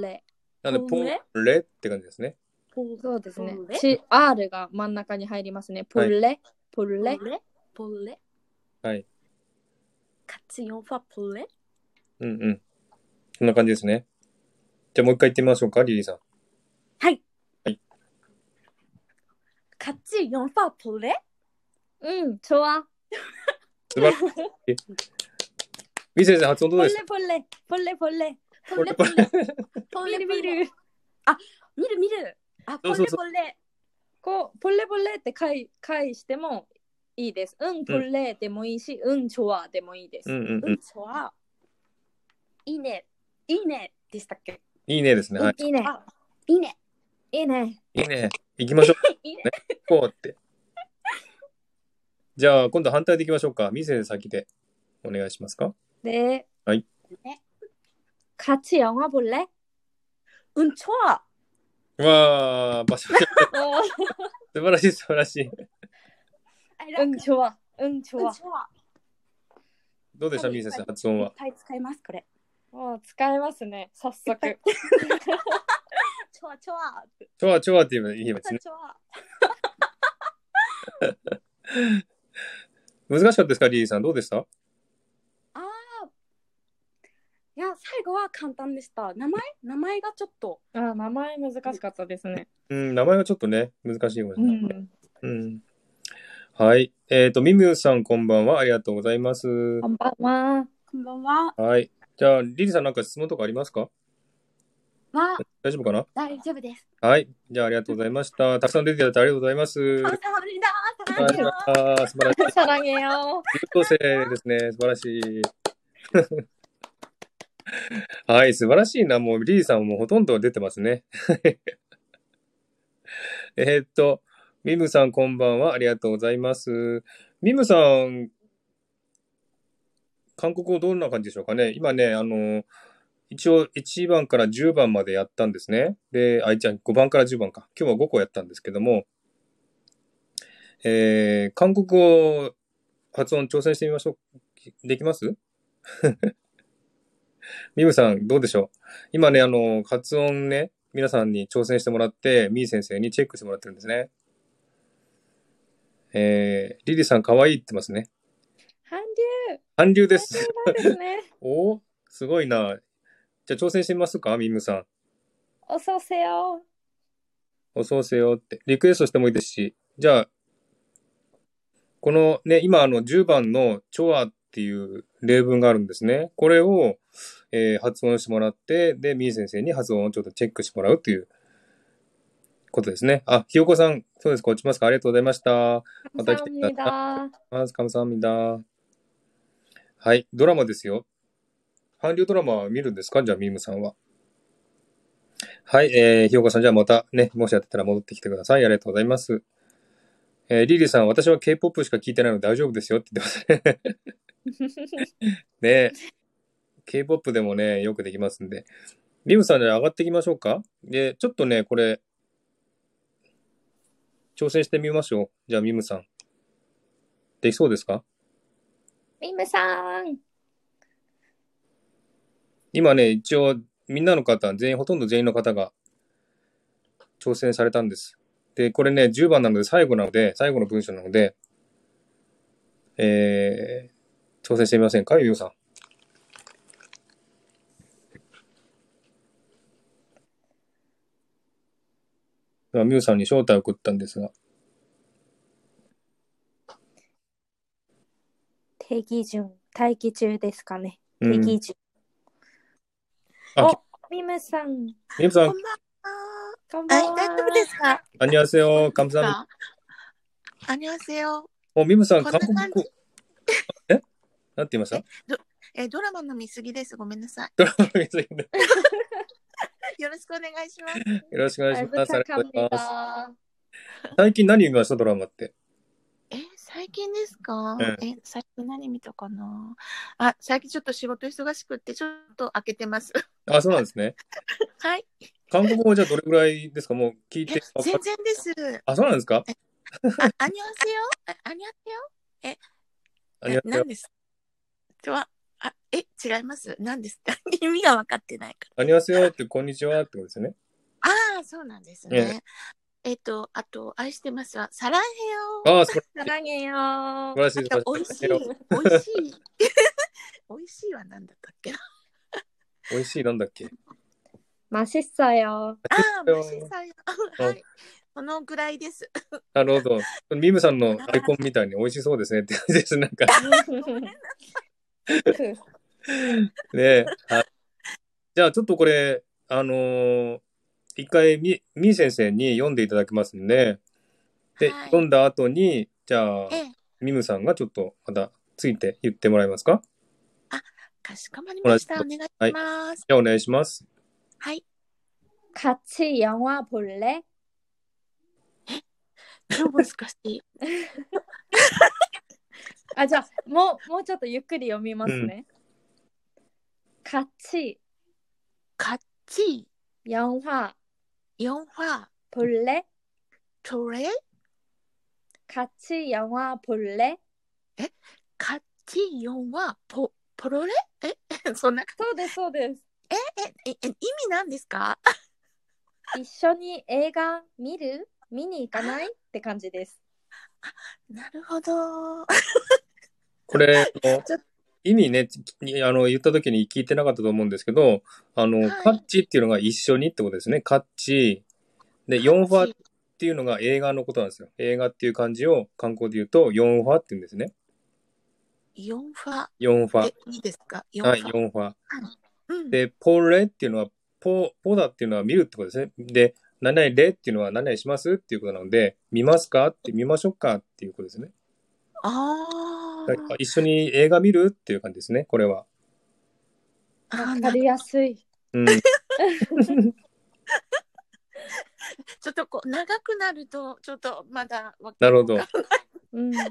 Speaker 3: レ。
Speaker 1: なので、ポレって感じですね。
Speaker 6: ポ
Speaker 3: そうですね
Speaker 6: ポ。レ
Speaker 3: ち R が真ん中に入りますね。ポレ、ポレ。
Speaker 6: ポレポレ
Speaker 1: はい。
Speaker 6: 같이영화ポレ
Speaker 1: うんうん。こんな感じですね。じゃあもう一回言ってみましょうか、リリーさん。
Speaker 6: はい。
Speaker 1: はい。
Speaker 6: 같이영화ポレ
Speaker 3: うん、좋아
Speaker 1: 素晴らしい。みー先生、発音どう
Speaker 6: ポ
Speaker 1: で
Speaker 6: レ
Speaker 1: した
Speaker 6: ポレポレポレ
Speaker 1: これこれ
Speaker 6: ポ
Speaker 3: ビ
Speaker 6: レ
Speaker 3: ル
Speaker 6: ポ
Speaker 3: ビ
Speaker 6: レ。
Speaker 3: ル。
Speaker 6: 見る見る。あ、
Speaker 1: そ
Speaker 6: ポ
Speaker 1: うそう
Speaker 6: レ
Speaker 1: そう
Speaker 6: ポレ。
Speaker 3: こう、ポレポレって返返してもいいです。うん、ポレでもいいし、うん、チョアでもいいです。
Speaker 1: うんうんう
Speaker 6: うんん、そうは。いいね。いいね。でしたっけ。
Speaker 1: いいねですねはい
Speaker 2: いいね。
Speaker 6: あ、いいね。
Speaker 2: いいね。
Speaker 1: いいね行きましょう
Speaker 6: いいね
Speaker 1: ねこうってじゃあ今度反対でいきましょうか店先でお願いしますか
Speaker 3: で、
Speaker 1: はい
Speaker 6: ね
Speaker 3: 같이 영화 볼래?
Speaker 6: うん、ちょわ。
Speaker 1: うわあ場所 素
Speaker 3: 어
Speaker 1: 晴らしい素晴らしい
Speaker 6: I like-
Speaker 3: 응 좋아. 응
Speaker 6: うん、
Speaker 3: 좋아.
Speaker 6: ちょわ。
Speaker 1: どうでした
Speaker 6: はい
Speaker 1: ミセス発音
Speaker 6: いっ
Speaker 1: は
Speaker 6: ぱい使います、これ。
Speaker 3: 어使えますね.
Speaker 6: いっ
Speaker 3: 早
Speaker 6: ぱ
Speaker 3: 速.
Speaker 6: いちょわ、ちょわ。
Speaker 1: チョアチョアって言えばいいですね
Speaker 6: ちょわ。
Speaker 1: 難しかったですかリリーさんどうでした
Speaker 6: いや、最後は簡単でした。名前名前がちょっと。
Speaker 3: 아名前難しかったですね.
Speaker 1: うん名前はちょっとね難しいかもしれない
Speaker 3: 음.
Speaker 1: うんはい。えっ、と、ミミュウさん、こんばんは。ありがとうございます。
Speaker 3: 엄마.
Speaker 6: こんばんは。
Speaker 1: はい。じゃあ、リリさん、なんか質問とかありますか
Speaker 6: は、
Speaker 1: 大丈夫かな
Speaker 6: 大丈夫です。
Speaker 1: はい。じゃあ、ありがとうございました。たくさん出ていただいてありがとうございます。
Speaker 6: 감사합니
Speaker 1: あ
Speaker 6: 다。
Speaker 1: ー素晴らしい。
Speaker 3: 사랑해요.
Speaker 1: 優等生ですね。素晴らしい。 はい、素晴らしいな。もう、リリーさんもほとんど出てますね。 えーっと、ミムさんこんばんは。ありがとうございます。ミムさん、韓国語どんな感じでしょうかね。今ね、あの、一応1番から10番までやったんですね。で、あいちゃん5番から10番か。今日は5個やったんですけども、えー、韓国語発音挑戦してみましょう。できます ミムさん、どうでしょう今ね、あの、発音ね、皆さんに挑戦してもらって、ミー先生にチェックしてもらってるんですね。えー、リリさん、可愛いって言ってますね。
Speaker 3: 한류
Speaker 1: 韓流です。
Speaker 3: ですね.
Speaker 1: おーすごいな。じゃあ挑戦してみますかミムさん。
Speaker 3: 어서 오세요.
Speaker 1: おそうせよって。リクエストしてもいいですし。じゃあ、このね、今あの10番のチョアっていう例文があるんですね。これを、えー発音してもらって、で、ミー先生に発音をちょっとチェックしてもらうということですね。あ、ひよこさん、そうですか、落ちますかありがとうございました。また来てください。
Speaker 3: 감사합니다.
Speaker 1: まず、かむさんみだ。はい、ドラマですよ。韓流ドラマは見るんですかじゃあ、ミームさんは。はい、えー、ひよこさん、じゃあまたね、もしやってたら戻ってきてください。ありがとうございます。えー、リリーさん、私は K-POP しか聞いてないので大丈夫ですよって言ってますね。ねえ K-POP でもね、よくできますんで。ミムさん、じゃあ上がっていきましょうか。で、ちょっとね、これ、挑戦してみましょう。じゃあ、ミムさん。できそうですか
Speaker 3: 미무상.
Speaker 1: 今ね、一応、みんなの方、全員、ほとんど全員の方が挑戦されたんです。で、これね、10番なので、最後なので、最後の文章なので、えー、挑戦してみませんか、ゆうさん。今、ミュウさんに招待を送ったんですが、
Speaker 3: 대기 중. 대기 중ですかね.
Speaker 1: うん
Speaker 3: 대기 중.
Speaker 1: 아,
Speaker 3: 어, 미무상.
Speaker 1: ミムさん、
Speaker 3: 고마워.
Speaker 7: はい、大丈夫ですか。
Speaker 1: こんにちは、감사합니다。
Speaker 7: あにょせよ。
Speaker 1: お、ミムさん、
Speaker 7: こんな
Speaker 1: 韓
Speaker 7: 感
Speaker 1: 国
Speaker 7: じ
Speaker 1: 語、えなんて言いました
Speaker 7: えー、ドラマの見過ぎです。ごめんなさ
Speaker 1: ドラマ見つけて
Speaker 7: い。よろしくお願いします。
Speaker 1: よろしくお願いします。ありがとうございます。
Speaker 3: 부탁합니다.
Speaker 1: 最近何見ましたドラマって。
Speaker 7: えー、最近ですか。
Speaker 1: え
Speaker 7: えー、最近何見たかな。あ、最近ちょっと仕事忙しくって、ちょっと開けてます。
Speaker 1: あ、そうなんですね。
Speaker 7: はい。
Speaker 1: 韓国語はじゃあどれぐらいですかもう聞い
Speaker 7: え
Speaker 1: て。あ
Speaker 7: 全然です。
Speaker 1: あ、そうなんですか
Speaker 7: あ、あにょせよ。あ、あにょせよ。
Speaker 1: ありがとう
Speaker 7: 何です。とは。あ、え、違います。何です。 意味が分かってないか
Speaker 1: ありがとうって、こんにちはってことですよね。
Speaker 7: ら。ああ、そうなんですね。えっ、と、あと、愛してますは、サランヘヨ。
Speaker 1: ああ、素晴
Speaker 3: 사랑해요.
Speaker 1: らしい。素晴
Speaker 7: なんから美味し
Speaker 1: し
Speaker 7: い、
Speaker 1: い。
Speaker 7: 美味しい。美味しいは何だったっけな。
Speaker 1: 美味しい、なんだっけ。
Speaker 3: 맛있어요.
Speaker 7: ああ、
Speaker 1: 美
Speaker 7: 美
Speaker 1: 味
Speaker 7: 味
Speaker 1: しい
Speaker 7: し
Speaker 1: よ
Speaker 7: いさよ。
Speaker 1: うん
Speaker 7: はい。このぐらいです。
Speaker 1: なるほど。ミムさんのアイコンみたいに美味しそうですねって感じです。なんか、ねえ。はいじじゃあちょっとこれ、あのー一回み、みー先生に読んでいただきますんで、で、
Speaker 7: はい
Speaker 1: 読んだ後に、じゃあ、
Speaker 7: ええ、
Speaker 1: みむさんがちょっとまたついて言ってもらえますか
Speaker 7: かしこまりました。お
Speaker 1: 同
Speaker 7: 願いします。
Speaker 1: じゃあお願いします。
Speaker 7: はい。
Speaker 8: 같이 영화 볼래?
Speaker 7: 超難しい。
Speaker 6: あ、じゃあ、もう、もうちょっとゆっくり読みますね。
Speaker 8: 같이
Speaker 7: カッチ、
Speaker 8: 영화
Speaker 7: ヨンファ、
Speaker 8: 볼래?
Speaker 7: チョレ、
Speaker 8: 같이 영화 볼래?
Speaker 7: カッチ、ヨンはポ、ポロレえ、 そんな、
Speaker 6: そうです、そうです。
Speaker 7: え、え、え意味なんですか
Speaker 8: 一緒に映画見る見に行かないって感じです。
Speaker 7: なるほど。
Speaker 1: これ、あの
Speaker 7: ちょ
Speaker 1: 意味ね、きにあの、言った時に聞いてなかったと思うんですけど、あの、
Speaker 7: はい
Speaker 1: カッチっていうのが一緒にってことですね。カッチ。で、ヨンファっていうのが映画のことなんですよ。映画っていう漢字を観光で言うと、ヨンファって言うんですね。
Speaker 7: ヨンファ、
Speaker 1: ヨンファ
Speaker 7: え。、いいですかヨン
Speaker 1: はい、
Speaker 7: フ
Speaker 1: ヨ
Speaker 7: ァ。
Speaker 1: ンファ。
Speaker 7: うん、
Speaker 1: で、ポレっていうのは、ポ、ポだっていうのは見るってことですね。で、何々レっていうのは何々しますっていうことなので、見ますかって、見ましょうかっていうことですね。
Speaker 7: あ
Speaker 1: だから
Speaker 7: ー
Speaker 1: 一緒に映画見るっていう感じですね、これは。
Speaker 7: あ
Speaker 8: わ
Speaker 7: ー。
Speaker 8: か
Speaker 7: な
Speaker 8: りやすい。
Speaker 1: うん。
Speaker 7: ちょっとこう、長くなると、ちょっとまだわ
Speaker 1: なる ほど。
Speaker 8: うん。
Speaker 1: じゃ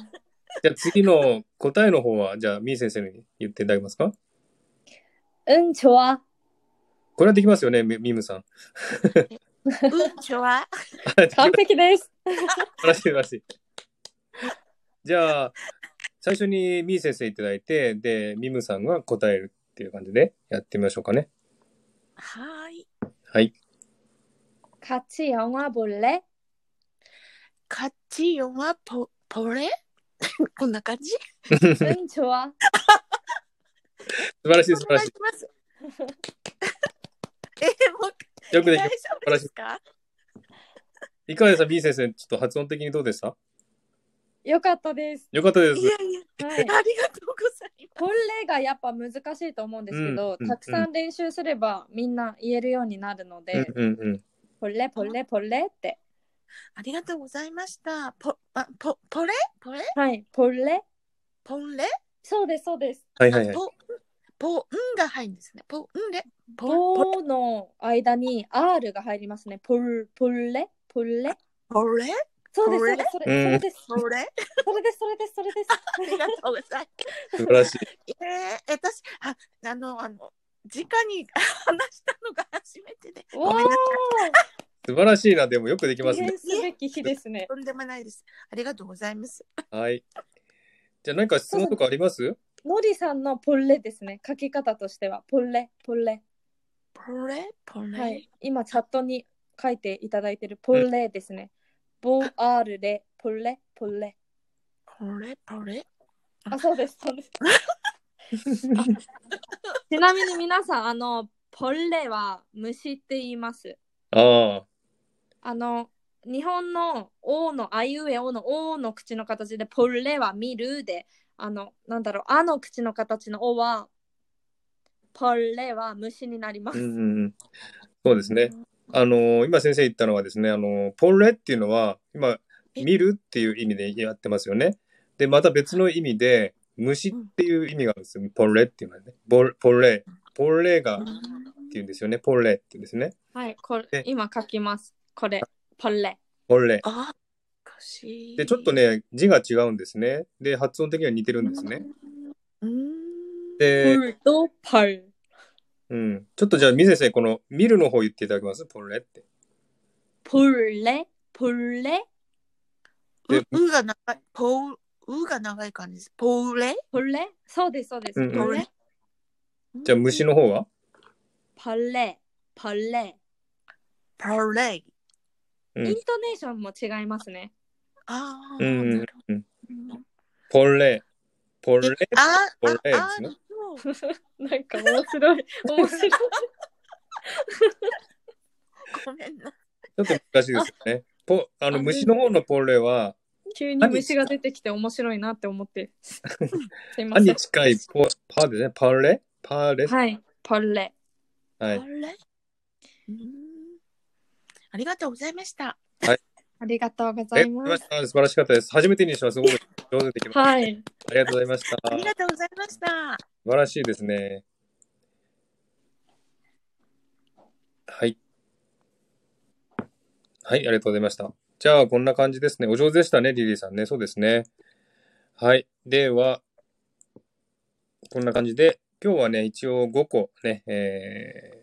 Speaker 1: あ次の答えの方は、じゃあ、みー先生に言っていただけますか
Speaker 8: うん、좋아。
Speaker 1: これはできますよね、みみむさん。
Speaker 7: うんちょは。
Speaker 8: 完璧です。
Speaker 1: 素晴らしい、素晴らしい。じゃあ、最初にみー先生いただいて、で、みむさんが答えるっていう感じでやってみましょうかね。
Speaker 7: はーい。
Speaker 1: はい。
Speaker 8: 같이 영화 볼래?
Speaker 7: カッチヨンはポ、ポレ こんな感じ
Speaker 8: うん、좋아。
Speaker 1: 素晴らしい、素晴
Speaker 7: お
Speaker 1: ら
Speaker 7: 願
Speaker 1: し
Speaker 7: いします。えー、もう
Speaker 1: い。よく
Speaker 7: 大
Speaker 1: でき
Speaker 7: 丈
Speaker 1: ま
Speaker 7: 夫ですか
Speaker 1: いかがでした ?B 先生、ちょっと発音的にどうでした
Speaker 6: よかったです。
Speaker 1: よかったで
Speaker 7: い
Speaker 1: す。
Speaker 7: やいや、
Speaker 6: はい。
Speaker 7: ありがとうございます。
Speaker 6: これがやっぱ難しいと思うんですけど、
Speaker 1: うん
Speaker 6: たくさん練習すればみんな言えるようになるの
Speaker 1: うん
Speaker 6: で、
Speaker 1: うんうん。
Speaker 6: ポレポレポレって。
Speaker 7: ありがとうございました。ポ、あポ、ポレポレ
Speaker 6: はい、ポレ。
Speaker 7: ポンレ
Speaker 6: そうです、そうです。
Speaker 1: はいはいはい。
Speaker 7: ポ、ポ、んが入るんですね。ポ、んれ。ポ、ポ、
Speaker 6: ポの間に R が入りますね。ポル、ポレ、ポレ。
Speaker 7: ポレ
Speaker 6: そうです、
Speaker 7: ポ
Speaker 6: そ
Speaker 7: レ
Speaker 6: れです、それ
Speaker 1: うん
Speaker 6: それです。
Speaker 7: ポレ
Speaker 6: それです、それです、それです。
Speaker 7: あ りがとうござい
Speaker 1: 素晴らしい。
Speaker 7: ます。えー、私、あ、あの、あの、直に話したのが初めてで。
Speaker 6: お
Speaker 7: ご
Speaker 6: お
Speaker 7: めんなさい。
Speaker 1: 素晴らしいな。でもよくできま
Speaker 6: ー、
Speaker 1: す
Speaker 6: 記
Speaker 1: ね
Speaker 6: 念。すべき日ですね。
Speaker 7: とんでもないです。ありがとうございます。
Speaker 1: はい。じゃあ何か質問とかあります
Speaker 6: のりさんのポレですね。書き方としては、ポレ、ポレ。
Speaker 7: ポレポレ、
Speaker 6: はい、今チャットに書いていただいてるポレですね。ボアールレ、ポレ、ポレ。
Speaker 7: ポレポレ
Speaker 6: あ、そうです、そうです。 ちなみに皆さん、あの、ポレは虫って言います。
Speaker 1: ああ。
Speaker 6: あの、日本の王のあいうえおの王の口の形で、ポレは見るで、あの、なんだろう、あの口の形のおは、ポレは虫になりま
Speaker 1: う
Speaker 6: す。
Speaker 1: んうんうん。そうですね。あのー今先生言ったのはですね、あのーポレっていうのは、今、見るっていう意味でやってますよね。で、また別の意味で、虫っていう意味があるんですよ。ポレっていうのはね。ボルポレ。ポレがっていうんですよね。ポレっていうんですね。
Speaker 6: はい、こ
Speaker 1: え
Speaker 6: れ、今書きます。これ、ポレ。
Speaker 1: ポレ。
Speaker 7: あ、おかしい。
Speaker 1: で、ちょっと。ね、字が違うんですね。で、発音的には似てるんですね。
Speaker 7: うーん。
Speaker 1: で、
Speaker 6: ルとパル。
Speaker 1: うん。ちょっとじゃあ、み先生、この、見るの方言っていただけますポレって。
Speaker 6: ポレ、ポレ、
Speaker 1: で
Speaker 7: う、うが長い。ポウ、うが長い感じです。ポウレ
Speaker 6: ポレ。そうです、そうです。
Speaker 1: うんうん
Speaker 6: ポレ、
Speaker 1: じゃあ、虫。の方は
Speaker 6: ポレ、ポレ。
Speaker 7: ポレ
Speaker 1: うん
Speaker 6: イントネーションも違いますね。
Speaker 7: ああ、
Speaker 1: うんうん
Speaker 7: なる
Speaker 1: うん。
Speaker 7: ほど。
Speaker 1: ポレ。ポレ。
Speaker 7: えあ
Speaker 1: ポレ
Speaker 7: あ、
Speaker 1: です
Speaker 7: あ
Speaker 1: ね
Speaker 7: そう
Speaker 6: なんか 面白い。面白い。
Speaker 7: ごめん
Speaker 1: ち
Speaker 7: な。
Speaker 1: ょっと難しいですよね。ポ、あの、
Speaker 7: あ
Speaker 1: 虫の方のポレは、
Speaker 6: 急に虫が出てきて面白いなって思って。すい
Speaker 1: 歯
Speaker 6: ませ
Speaker 1: に
Speaker 6: ん。
Speaker 1: 近いポ、パでね、パレパレ
Speaker 6: はい、ポレ。
Speaker 1: は
Speaker 7: あ
Speaker 1: い。
Speaker 7: れうーんありがとうございました。
Speaker 6: ありがとうござ
Speaker 1: え
Speaker 6: います。
Speaker 1: 素晴らしかったです。初めてにしてはすごく上手にできました。
Speaker 6: はい。
Speaker 1: ありがとうございました。
Speaker 7: あり
Speaker 1: 素
Speaker 7: がとうございました。
Speaker 1: 晴らしいですね。はい。はい、ありがとうございました。じゃあ、こんな感じですね。お上手でしたね、リリーさんね。そうですね。はい。では、こんな感じで、今日はね、一応5個ね、えー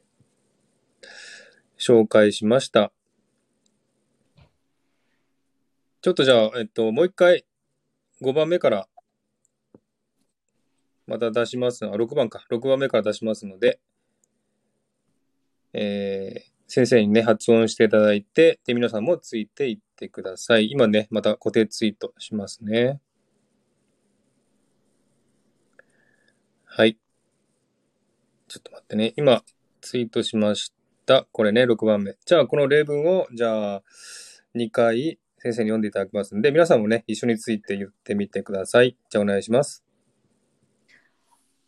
Speaker 1: 紹介しました。ちょっとじゃあ、えっと、もう一回、5番目から、また出します。あ、6番か。6番目から出しますので、えー先生にね、発音していただいて、で、皆さんもついていってください。今ね、また固定ツイートしますね。はい。ちょっと待ってね。今、ツイートしました。これね、6番目。じゃあ、この例文を、じゃあ、2回、先生に読んでいただきますので、皆さんもね、一緒について言ってみてください。じゃあ、お願いします。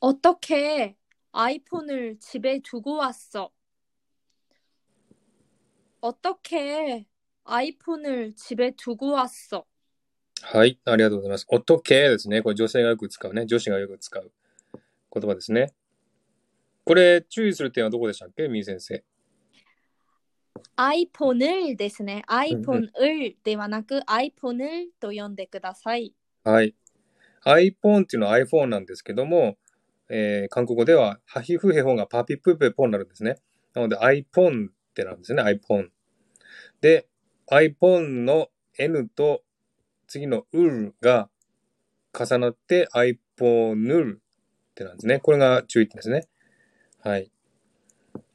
Speaker 6: 어떻게 아이폰을 집에 두고 왔어? 어떻게 아이폰을 집에 두고 왔어?
Speaker 1: はい、ありがとうございます。おとけですね。これ女性がよく使うね。女子がよく使う言葉ですね。これ、注意する点はどこでしたっけみー先生。
Speaker 6: 아이폰을 ですね. 아이폰을 ではなく 아이폰을 と呼んでください
Speaker 1: はい。iPhone っていうのは iPhone なんですけども、えー韓国語ではハヒフヘホンがパピプペポンになるんですね。なので iPhone ってなんですね、iPhone。で、iPhone の N と次の UL が重なって iPhone ってなんですね。これが注意点ですね。はい。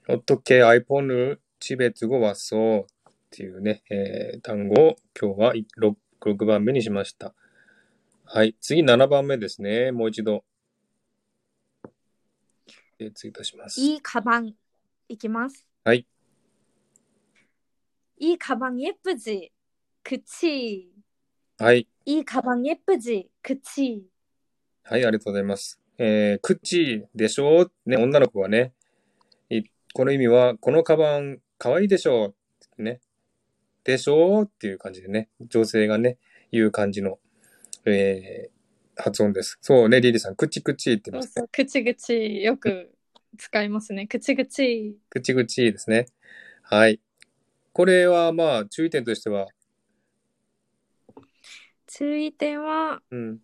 Speaker 1: おっとけ iPhone チベツ語はそうっていうね、えー単語を今日は 6, 6番目にしました。はい。次、7番目ですね。もう一度。えツイートします。
Speaker 6: 이 가방 いきます
Speaker 1: はい。
Speaker 6: 이 가방 예쁘지? 그치?
Speaker 1: はい。
Speaker 6: 이 가방 예쁘지? 그치?
Speaker 1: はい、ありがとうございます。えー、クッチでしょね、女の子はね。いこの意味は、このカバン、かわいいでしょね。でしょっていう感じでね。女性がね、言う感じの、えー、発音です。そうね、リリーさん、クッチクッチ言ってますね。
Speaker 6: 그치 그치 よく使いますね 그치 그치
Speaker 1: 口々ですね。はい。これは、まあ、注意点としては、
Speaker 6: 注意点は
Speaker 1: うん。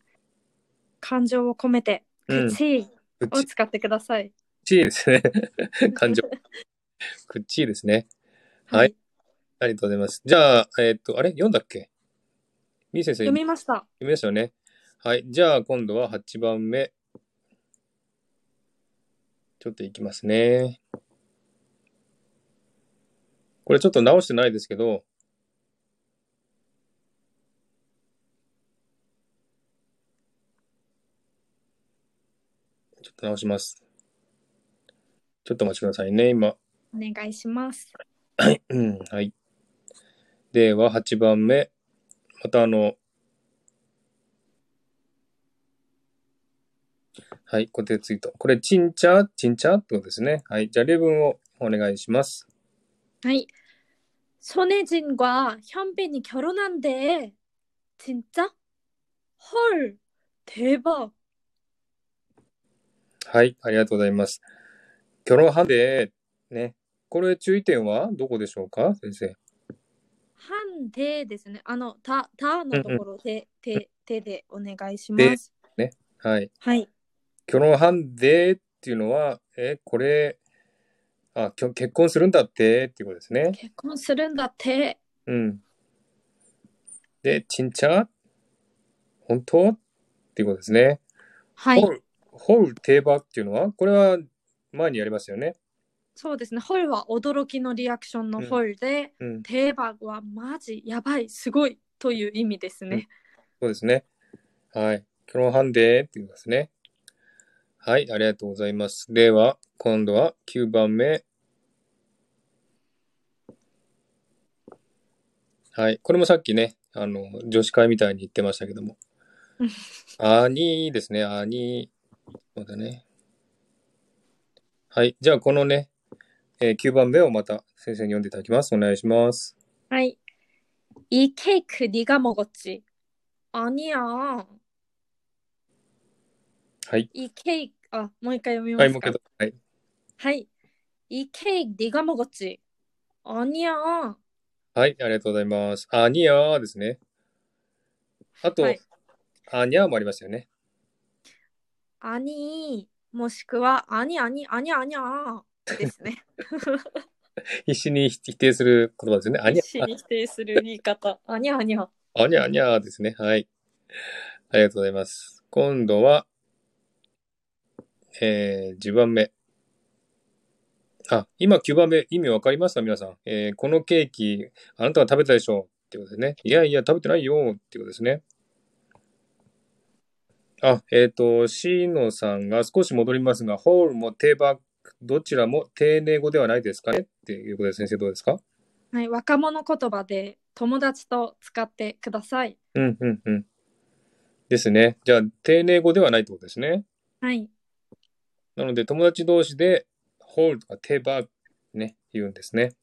Speaker 6: 感情を込めて
Speaker 1: うん
Speaker 6: 「口」
Speaker 1: クッ
Speaker 6: を
Speaker 1: チ
Speaker 6: 使ってください。
Speaker 1: 口です ね。感情。口ですね。はい
Speaker 6: はい、
Speaker 1: ありがとうございます。じゃあ、えっ、と、あれ読んだっけみー先生、
Speaker 6: 読
Speaker 1: 読
Speaker 6: みました。
Speaker 1: みましたよね。はい。じゃあ、今度は8番目。ちょっといきますね。これちょっと直してないですけど、ちょっと直します。ちょっとお待ちくださいね、今。
Speaker 6: お願いします。
Speaker 1: うんはい。では、8番目。またあの、はい、固定ツイート。これ、チンチャー、チンチャーってことですね。はい。じゃあ、例文をお願いします。
Speaker 6: はい손혜진과현빈이결혼한대진짜헐대박
Speaker 1: はい、ありがとうございます。キョロハで、ね。これ、注意点はどこでしょうか先生。
Speaker 6: 한대ですね。あの、た、たのところで、て、てでお願いし
Speaker 1: で
Speaker 6: ます。
Speaker 1: はい。
Speaker 6: はい。
Speaker 1: キョロハでっていうのは、え、これ、あ、きょ結婚するんだってっていうことですね。
Speaker 6: 結婚するんだって。
Speaker 1: うん。で、ちんちゃ本当っていうことですね。
Speaker 6: はい
Speaker 1: ホ。ル、ホル定番っていうのは、これは前にやりましたよね。
Speaker 6: そうですね。ホルは驚きのリアクションのホルで、
Speaker 1: うん。
Speaker 6: 대박はマジ、やばい、すごいという意味ですね。
Speaker 1: そうですね。はい。今日のハンデーっていうことですね。はい、ありがとうございます。では、今度は9番目。はい。これもさっきね、あの、女子会みたいに言ってましたけど も
Speaker 6: うん。
Speaker 1: あにーですね、あにー。そうだね。はい。じゃあ、このね、えー9番目をまた先生に読んでいただきます。お願いします。
Speaker 3: はい. 이 케이크 네가 먹었지? 아니야.
Speaker 1: はい。
Speaker 3: 이 케이크 아, 뭐니까
Speaker 1: は
Speaker 3: 読みますか?
Speaker 1: い、もう一回。はい。
Speaker 3: 하이. 이 케이크 네가 먹었지? 아니야.
Speaker 1: はい、ありがとうございます。あにゃーですね。あと、
Speaker 3: はい
Speaker 1: あにゃーもありましたよね。
Speaker 3: 아니. もしくは 아니 아니 아니 아니야. ですね.
Speaker 1: 必死に否定する言葉ですよね。あにゃ、
Speaker 3: 시- 否定する言い方. 아니야 아니야.
Speaker 1: あにゃ、あにゃーですね。はい。ありがとうございます。今度は、えー、10番目。あ、今9番目、意味わかりました皆さん。えー、このケーキ、あなたが食べたでしょうっていうことですね。いやいや、食べてないよっていうことですね。あ、えっ、と、シーノさんが少し戻りますが、ホールもテーバック、どちらも丁寧語ではないですかねっていうことで先生どうですか
Speaker 3: はい、若者言葉で友達と使ってください。
Speaker 1: うん、うん、うん。ですね。じゃあ、丁寧語ではないってことですね。
Speaker 3: はい、
Speaker 1: なので、友達同士で、ホールとかテーバーね、言うんですね。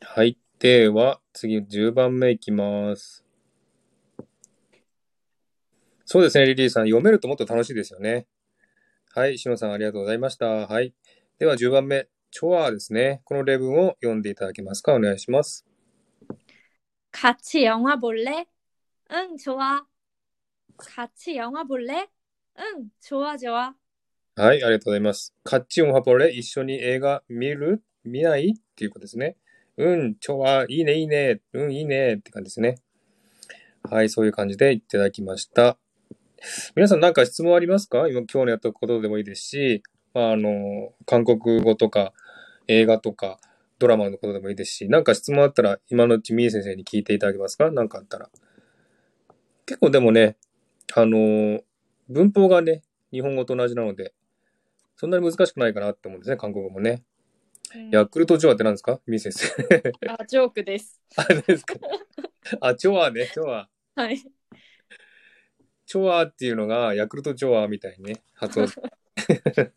Speaker 1: はい。では、次、10番目いきます。そうですね、リリーさん。読めるともっと楽しいですよね。はい。しのさん、ありがとうございました。はい。では、10番目。チョアですね。この例文を読んでいただけますかお願いします。
Speaker 2: 같이영화볼래응좋아같이영화볼래응좋아좋아
Speaker 1: はい、ありがとうございます。カッチオンハポレ、一緒に映画見る見ないっていうことですね。うん、ちょわ、いいね、いいね、うん、いいねって感じですね。はい、そういう感じでいただきました。皆さん何か質問ありますか今、今日のやったことでもいいですし、まあ、あの、韓国語とか映画とかドラマのことでもいいですし、何か質問あったら今のうちみー先生に聞いていただけますか何かあったら。結構でもね、あの、文法がね、日本語と同じなので、そんなに難しくないかなって思うんですね、韓国語もね。ヤクルトジョアって何ですかミー先生。
Speaker 3: あジョークです。
Speaker 1: あれですかあ、ジョアね、ジョア。
Speaker 3: はい、
Speaker 1: ジョアっていうのが、ヤクルトジョアみたいにね、発音。
Speaker 3: ジョ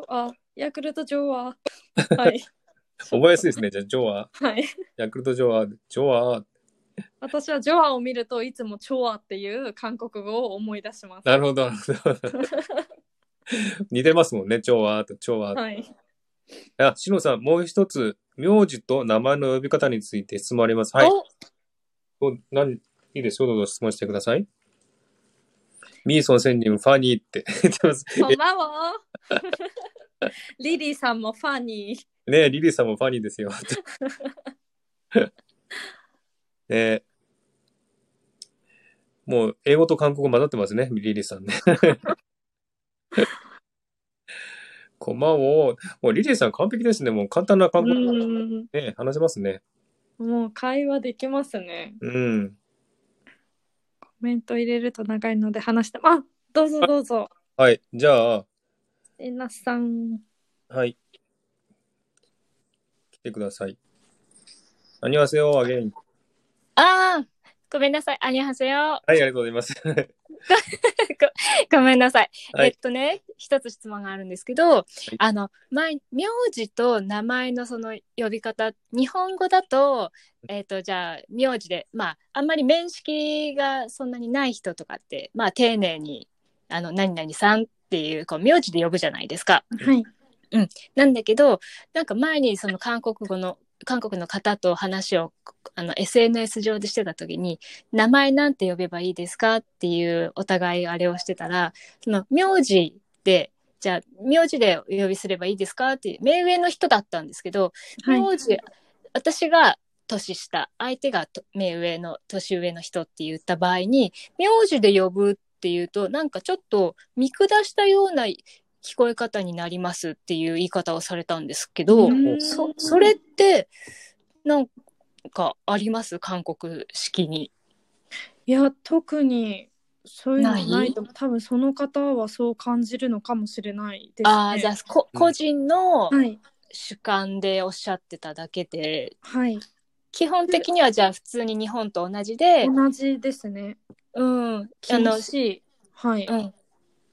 Speaker 3: ーあヤクルトジョーは。はい、
Speaker 1: 覚えやすいですね、じゃあ、ジョア。
Speaker 3: はい。
Speaker 1: ヤクルトジョア、ジョア。
Speaker 3: 私はジョアを見るといつもチョアっていう韓国語を思い出します。
Speaker 1: なるほど、なるほど。似てますもんね、ジョアとジョア。
Speaker 3: はい、
Speaker 1: あ、シノさん、もう一つ、名字と名前の呼び方について質問あります。はい。お何いいですよ、どうぞ質問してください。ミーソン仙人、ファニーって言ってます。
Speaker 3: こんばんは。リリーさんもファニー。
Speaker 1: ねえ、リリーさんもファニー ですよ。ねえ。もう、英語と韓国語混ざってますね、リリーさ んね。コマを、もうリリーさん完璧ですね。もう簡単な韓
Speaker 3: う
Speaker 1: 国語
Speaker 3: ん、
Speaker 1: ね、話せますね。
Speaker 3: もう会話できますね。
Speaker 1: うん。
Speaker 3: コメント入れると長いので話して。あどうぞどうぞ。
Speaker 1: はい。じゃあ、
Speaker 3: えなさん。
Speaker 1: はい。来てください。안녕하세요、アゲイン。
Speaker 4: ああ、ごめんなさい。ありがとうよ。
Speaker 1: はい、ありがとうございます。
Speaker 4: ごめんなさい。
Speaker 1: はい
Speaker 4: えっとね、一つ質問があるんですけど、あの、前、名字と名前のその呼び方、日本語だと、えっと、じゃあ、名字で、まあ、あんまり面識がそんなにない人とかって、まあ、丁寧に、あの、何々さんっていう、こう、名字で呼ぶじゃないですか。
Speaker 3: はい。
Speaker 4: なんだけど、なんか前にその韓国語の、韓国の方と話をあの SNS 上でしてた時に、名前なんて呼べばいいですかっていうお互いあれをしてたら、その名字で、じゃあ名字でお呼びすればいいですかっていう、名上の人だったんですけど、
Speaker 3: はい
Speaker 4: 名字、私が年下、相手がと目上の、年上の人って言った場合に、名字で呼ぶっていうと、なんかちょっと見下したような聞こえ方になりますっていう言い方をされたんですけど、
Speaker 3: うん
Speaker 4: そそれってなんかあります韓国式に。
Speaker 3: いや特にそういうのは
Speaker 4: ない
Speaker 3: ないと思う多分その方はそう感じるのかもしれないですね。
Speaker 4: ああじゃあこ個人の
Speaker 3: はい
Speaker 4: 主観でおっしゃってただけで
Speaker 3: はい
Speaker 4: 基本的にはじゃあ普通に日本と同じで、
Speaker 3: 同じですね。
Speaker 4: うん、あ
Speaker 3: 厳
Speaker 4: の
Speaker 3: しいはい、
Speaker 4: うん、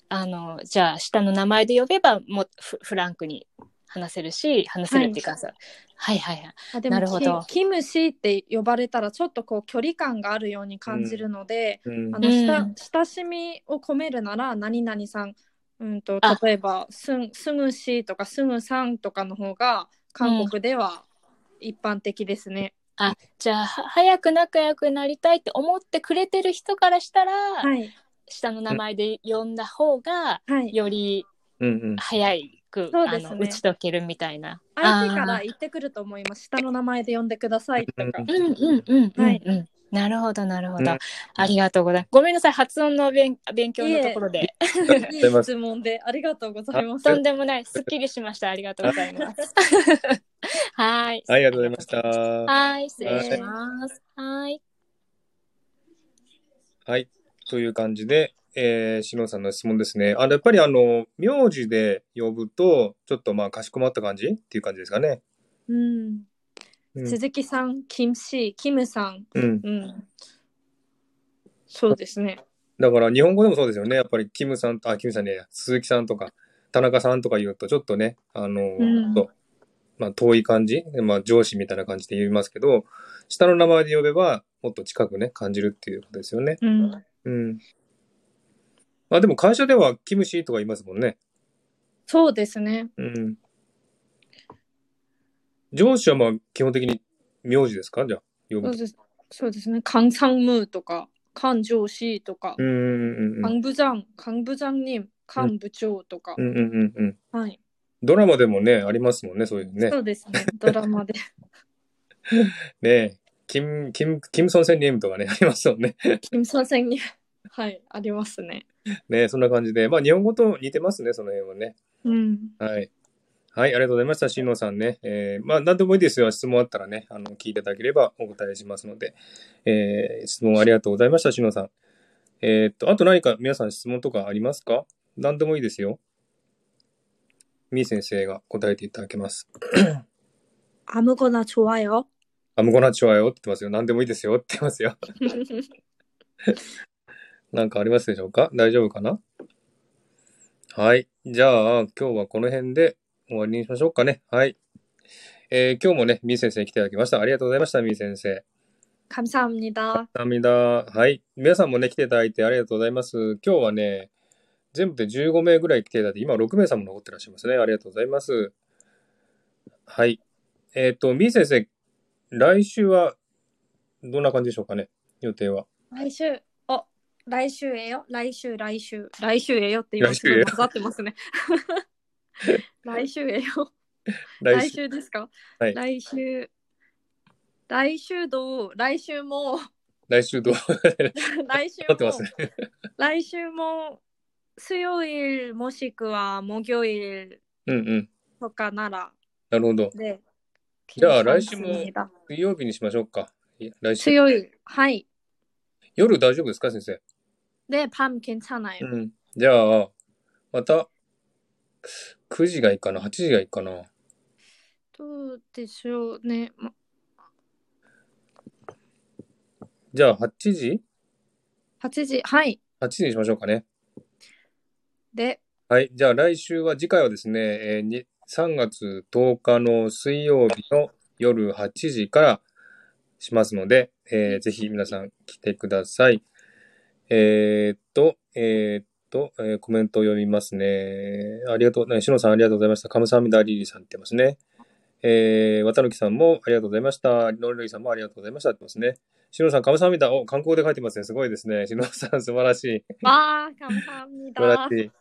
Speaker 4: あの、じゃあ、下の名前で呼べば、もうフフランクに話せるし、話せるっていうかさ、はい、はいはいはい
Speaker 6: あでも
Speaker 4: なるほど
Speaker 6: キキムシって呼ばれたらちょっとこう距離感があるように感じるので、
Speaker 1: うん
Speaker 6: あの
Speaker 4: う
Speaker 6: 親
Speaker 4: ん
Speaker 6: 親しみを込めるなら何々さん、うん、と
Speaker 4: あ
Speaker 6: 例えばすんすぐしとかすぐさんとかの方が韓国では一般的ですね。
Speaker 4: じゃあ、は早く仲良くなりたいって思ってくれてる人からしたら、
Speaker 6: はい、
Speaker 4: 下の名前で呼んだ方が、
Speaker 6: はい、
Speaker 4: より
Speaker 1: うんうん。
Speaker 4: 早く、
Speaker 6: そう
Speaker 4: あ
Speaker 6: ですね
Speaker 4: の打ち解けるみたいな。
Speaker 6: 相手から
Speaker 4: あー
Speaker 6: 言ってくると思います下の名前で呼んでくださいとか。
Speaker 4: うんうんうんうん、
Speaker 6: はい
Speaker 4: うん。なるほど、なるほど、
Speaker 1: うん
Speaker 4: ありがとうございます。ごめんなさい、発音の勉勉強のところで。
Speaker 6: いい
Speaker 1: りがとうござ
Speaker 6: 質問でありがとうございます。
Speaker 4: とんでもない、すっきりしました。ありがとうござい ます。はい。
Speaker 1: ありがとうございました。
Speaker 4: はい、失礼します。はい。
Speaker 1: はい。という感じで、えー、しのさんの質問ですね。あの、やっぱりあの、名字で呼ぶと、ちょっとまあ、かしこまった感じっていう感じですかね。
Speaker 6: うん、
Speaker 1: うん。
Speaker 6: 鈴木さん、キムシ、キムさん、
Speaker 1: うん
Speaker 6: うん、そうですね。
Speaker 1: だから、日本語でもそうですよね。やっぱり、キムさんと、あ、キムさんねえや、鈴木さんとか、田中さんとか言うと、ちょっとね、あの、
Speaker 6: うん
Speaker 1: とまあ、遠い感じ、まあ、上司みたいな感じで言いますけど、下の名前で呼べば、もっと近くね、感じるっていうことですよね。
Speaker 6: うん、
Speaker 1: うん。まあ、でも、会社では、キムシーとか言いますもんね。
Speaker 6: そうですね。
Speaker 1: うん。上司はまあ基本的に名字ですかじゃあ、呼
Speaker 6: そ
Speaker 1: ぶ
Speaker 6: う
Speaker 1: と。
Speaker 6: ですそうですね。강상무とか、강上司とか
Speaker 1: う、んうんうん。
Speaker 6: 강부장、강부장님、강部長とか
Speaker 1: う、んうんうんうん。
Speaker 6: はい。
Speaker 1: ドラマでもね、ありますもんね、そういうね
Speaker 6: そ。うですね。ド ラマで。
Speaker 1: ねキム、キム、キムソンセンリムとかね、ありますもんね。
Speaker 6: 金三戦に、はい、ありますね。
Speaker 1: ねそんな感じで。まあ、日本語と似てますね、その辺はね。
Speaker 6: うん。
Speaker 1: はい。はい、ありがとうございました、しのさんね。えー、まあ、なんでもいいですよ。質問あったらね、あの、聞いていただければお答えしますので。えー、質問ありがとうございました、しのさん。えーっと、あと何か皆さん質問とかありますか何でもいいですよ。みー先生が答えていただけます。
Speaker 6: アムゴナチョワよ。
Speaker 1: アムゴナチョアよって言ってますよ。何でもいいですよって言ってますよ。なんかありますでしょうか大丈夫かなはい。じゃあ、今日はこの辺で終わりにしましょうかね。はい。えー今日もね、みー先生来ていただきました。ありがとうございました、みー先生。
Speaker 6: 감사합니다。
Speaker 1: 涙。はい。皆さんもね、来ていただいてありがとうございます。今日はね、全部で15名ぐらい来ていただいて、今6名様残ってらっしゃいますね。ありがとうございます。はい。えっ、と、みー先生、来週はどんな感じでしょうかね予定は。
Speaker 6: 来週、お、来週へよ。来週、来週。来週へよって今、ちょっと混ざってます ね。来週へよ。来週ですか、
Speaker 1: はい
Speaker 6: 来週来週どう来週も
Speaker 1: 来週どう
Speaker 6: 来週
Speaker 1: 待ってま
Speaker 6: も
Speaker 1: すね。
Speaker 6: 来週も水曜日もしくは木曜日
Speaker 1: うんうん。
Speaker 6: とかなら
Speaker 1: なるほど。
Speaker 6: で
Speaker 1: じゃあ来週も
Speaker 6: 金曜日だ
Speaker 1: 水曜日にしましょうか。いや来週。
Speaker 6: 水曜日はい
Speaker 1: 夜大丈夫ですか先生。
Speaker 6: でパン괜찮아요
Speaker 1: うん。じゃあ、また、9時がいいかな ?8 時がいいかな
Speaker 6: どうでしょうねま
Speaker 1: じゃあ、8時
Speaker 6: 8時はい
Speaker 1: ?8 時にしましょうかね。
Speaker 6: で
Speaker 1: はい。じゃあ来週は、次回はですね、えーに3月10日の水曜日の夜8時からしますので、えーぜひ皆さん来てください。えーっと、えーっと、えーコメントを読みますね。ありがとう、ね、しのさんありがとうございました。カムサハミダリリさんって言ってますね。えー、綿貫さんもありがとうございました。ノリノリさんもありがとうございましたって言ってますね。しのさん、カムサハミダ、お、観光で書いてますね。すごいですね。しのさん、素晴らしい。
Speaker 6: わー감사합니
Speaker 1: 素晴ら
Speaker 6: 다
Speaker 1: しい。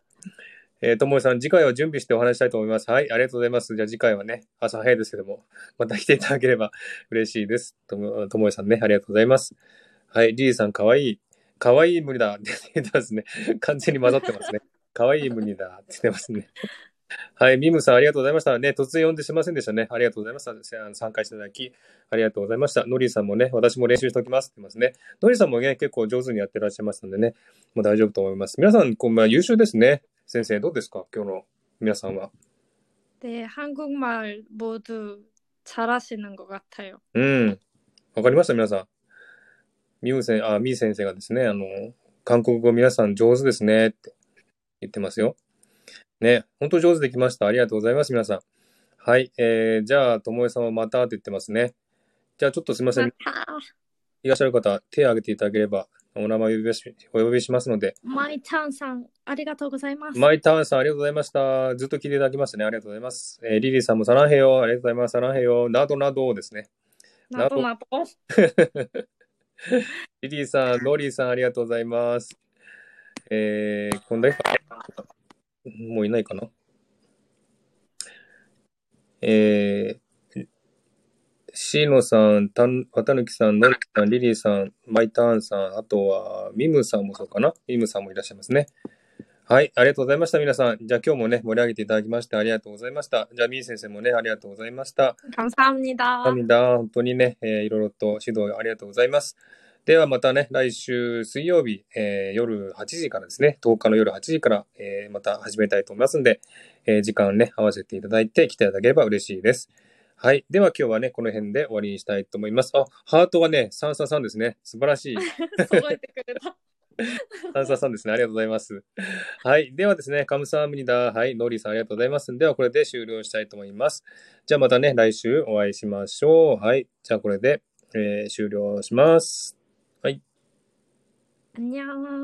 Speaker 1: えーともえさん、次回は準備してお話ししたいと思います。はい、ありがとうございます。じゃあ次回はね、朝早いですけども、また来ていただければ嬉しいです。ともともえさんね、ありがとうございます。はい、リリーさん、かわいい。かわいい無理だ。 って言ってますね。完全に混ざってますね。かわいい無理だ。って言ってますね。はい、ミムさん、ありがとうございました。ね、突然呼んですいませんでしたね。ありがとうございました。あの参加していただき、ありがとうございました。ノリーさんもね、私も練習しておきます。って言ってますね。ノリーさんもね、結構上手にやってらっしゃいましたんでね。もう大丈夫と思います。皆さん、こんばんは優秀ですね。先生、どうですか今日の皆さんは。
Speaker 6: 네한국말모두잘하시는것같아요
Speaker 1: うん。わかりました、皆さん。ミウ先あ、ミー先生がですね、あの、韓国語皆さん上手ですねって。言ってますよ。ね、本当上手できました。ありがとうございます、皆さん。はい、えー、じゃあ、ともえさんはまたって言ってますね。じゃあ、ちょっとすみません。
Speaker 2: また、
Speaker 1: いらっしゃる方、手を挙げていただければ、お名前を呼びしお呼びしますので、
Speaker 2: マイターンさん、ありがとうございます。
Speaker 1: マイターンさん、ありがとうございました。ずっと聞いていただきましたね。ありがとうございます。えーリリーさんも、サランヘヨ、ありがとうございます。サランヘヨ、などなどですね。
Speaker 3: などなど。
Speaker 1: リリーさん、ロリーさん、ありがとうございます。えー、こんだけかなもういないかなえー、シーノさん、たん、綿貫さん、ノリさん、リリーさん、マイターンさん、あとは、ミムさんもそうかなミムさんもいらっしゃいますね。はい、ありがとうございました、皆さん。じゃあ今日もね、盛り上げていただきましてありがとうございました。じゃあ、ミー先生もね、ありがとうございました。
Speaker 3: 감사합니다。
Speaker 1: 涙本当にね、えーいろいろと指導ありがとうございます。ではまたね、来週水曜日、えー夜8時からですね、10日の夜8時から、えーまた始めたいと思いますんで、えー時間をね、合わせていただいて来ていただければ嬉しいです。はい。では今日はね、この辺で終わりにしたいと思います。あ、ハートがね、サンサさんですね。素晴らしい。
Speaker 3: 揃えてくれた。
Speaker 1: サンサさんですね。ありがとうございます。はい。ではですね、カムサハムニダ。はい。ノーリーさんありがとうございます。ではこれで終了したいと思います。じゃあまたね、来週お会いしましょう。はい。じゃあこれで、えー終了します。
Speaker 2: 안녕。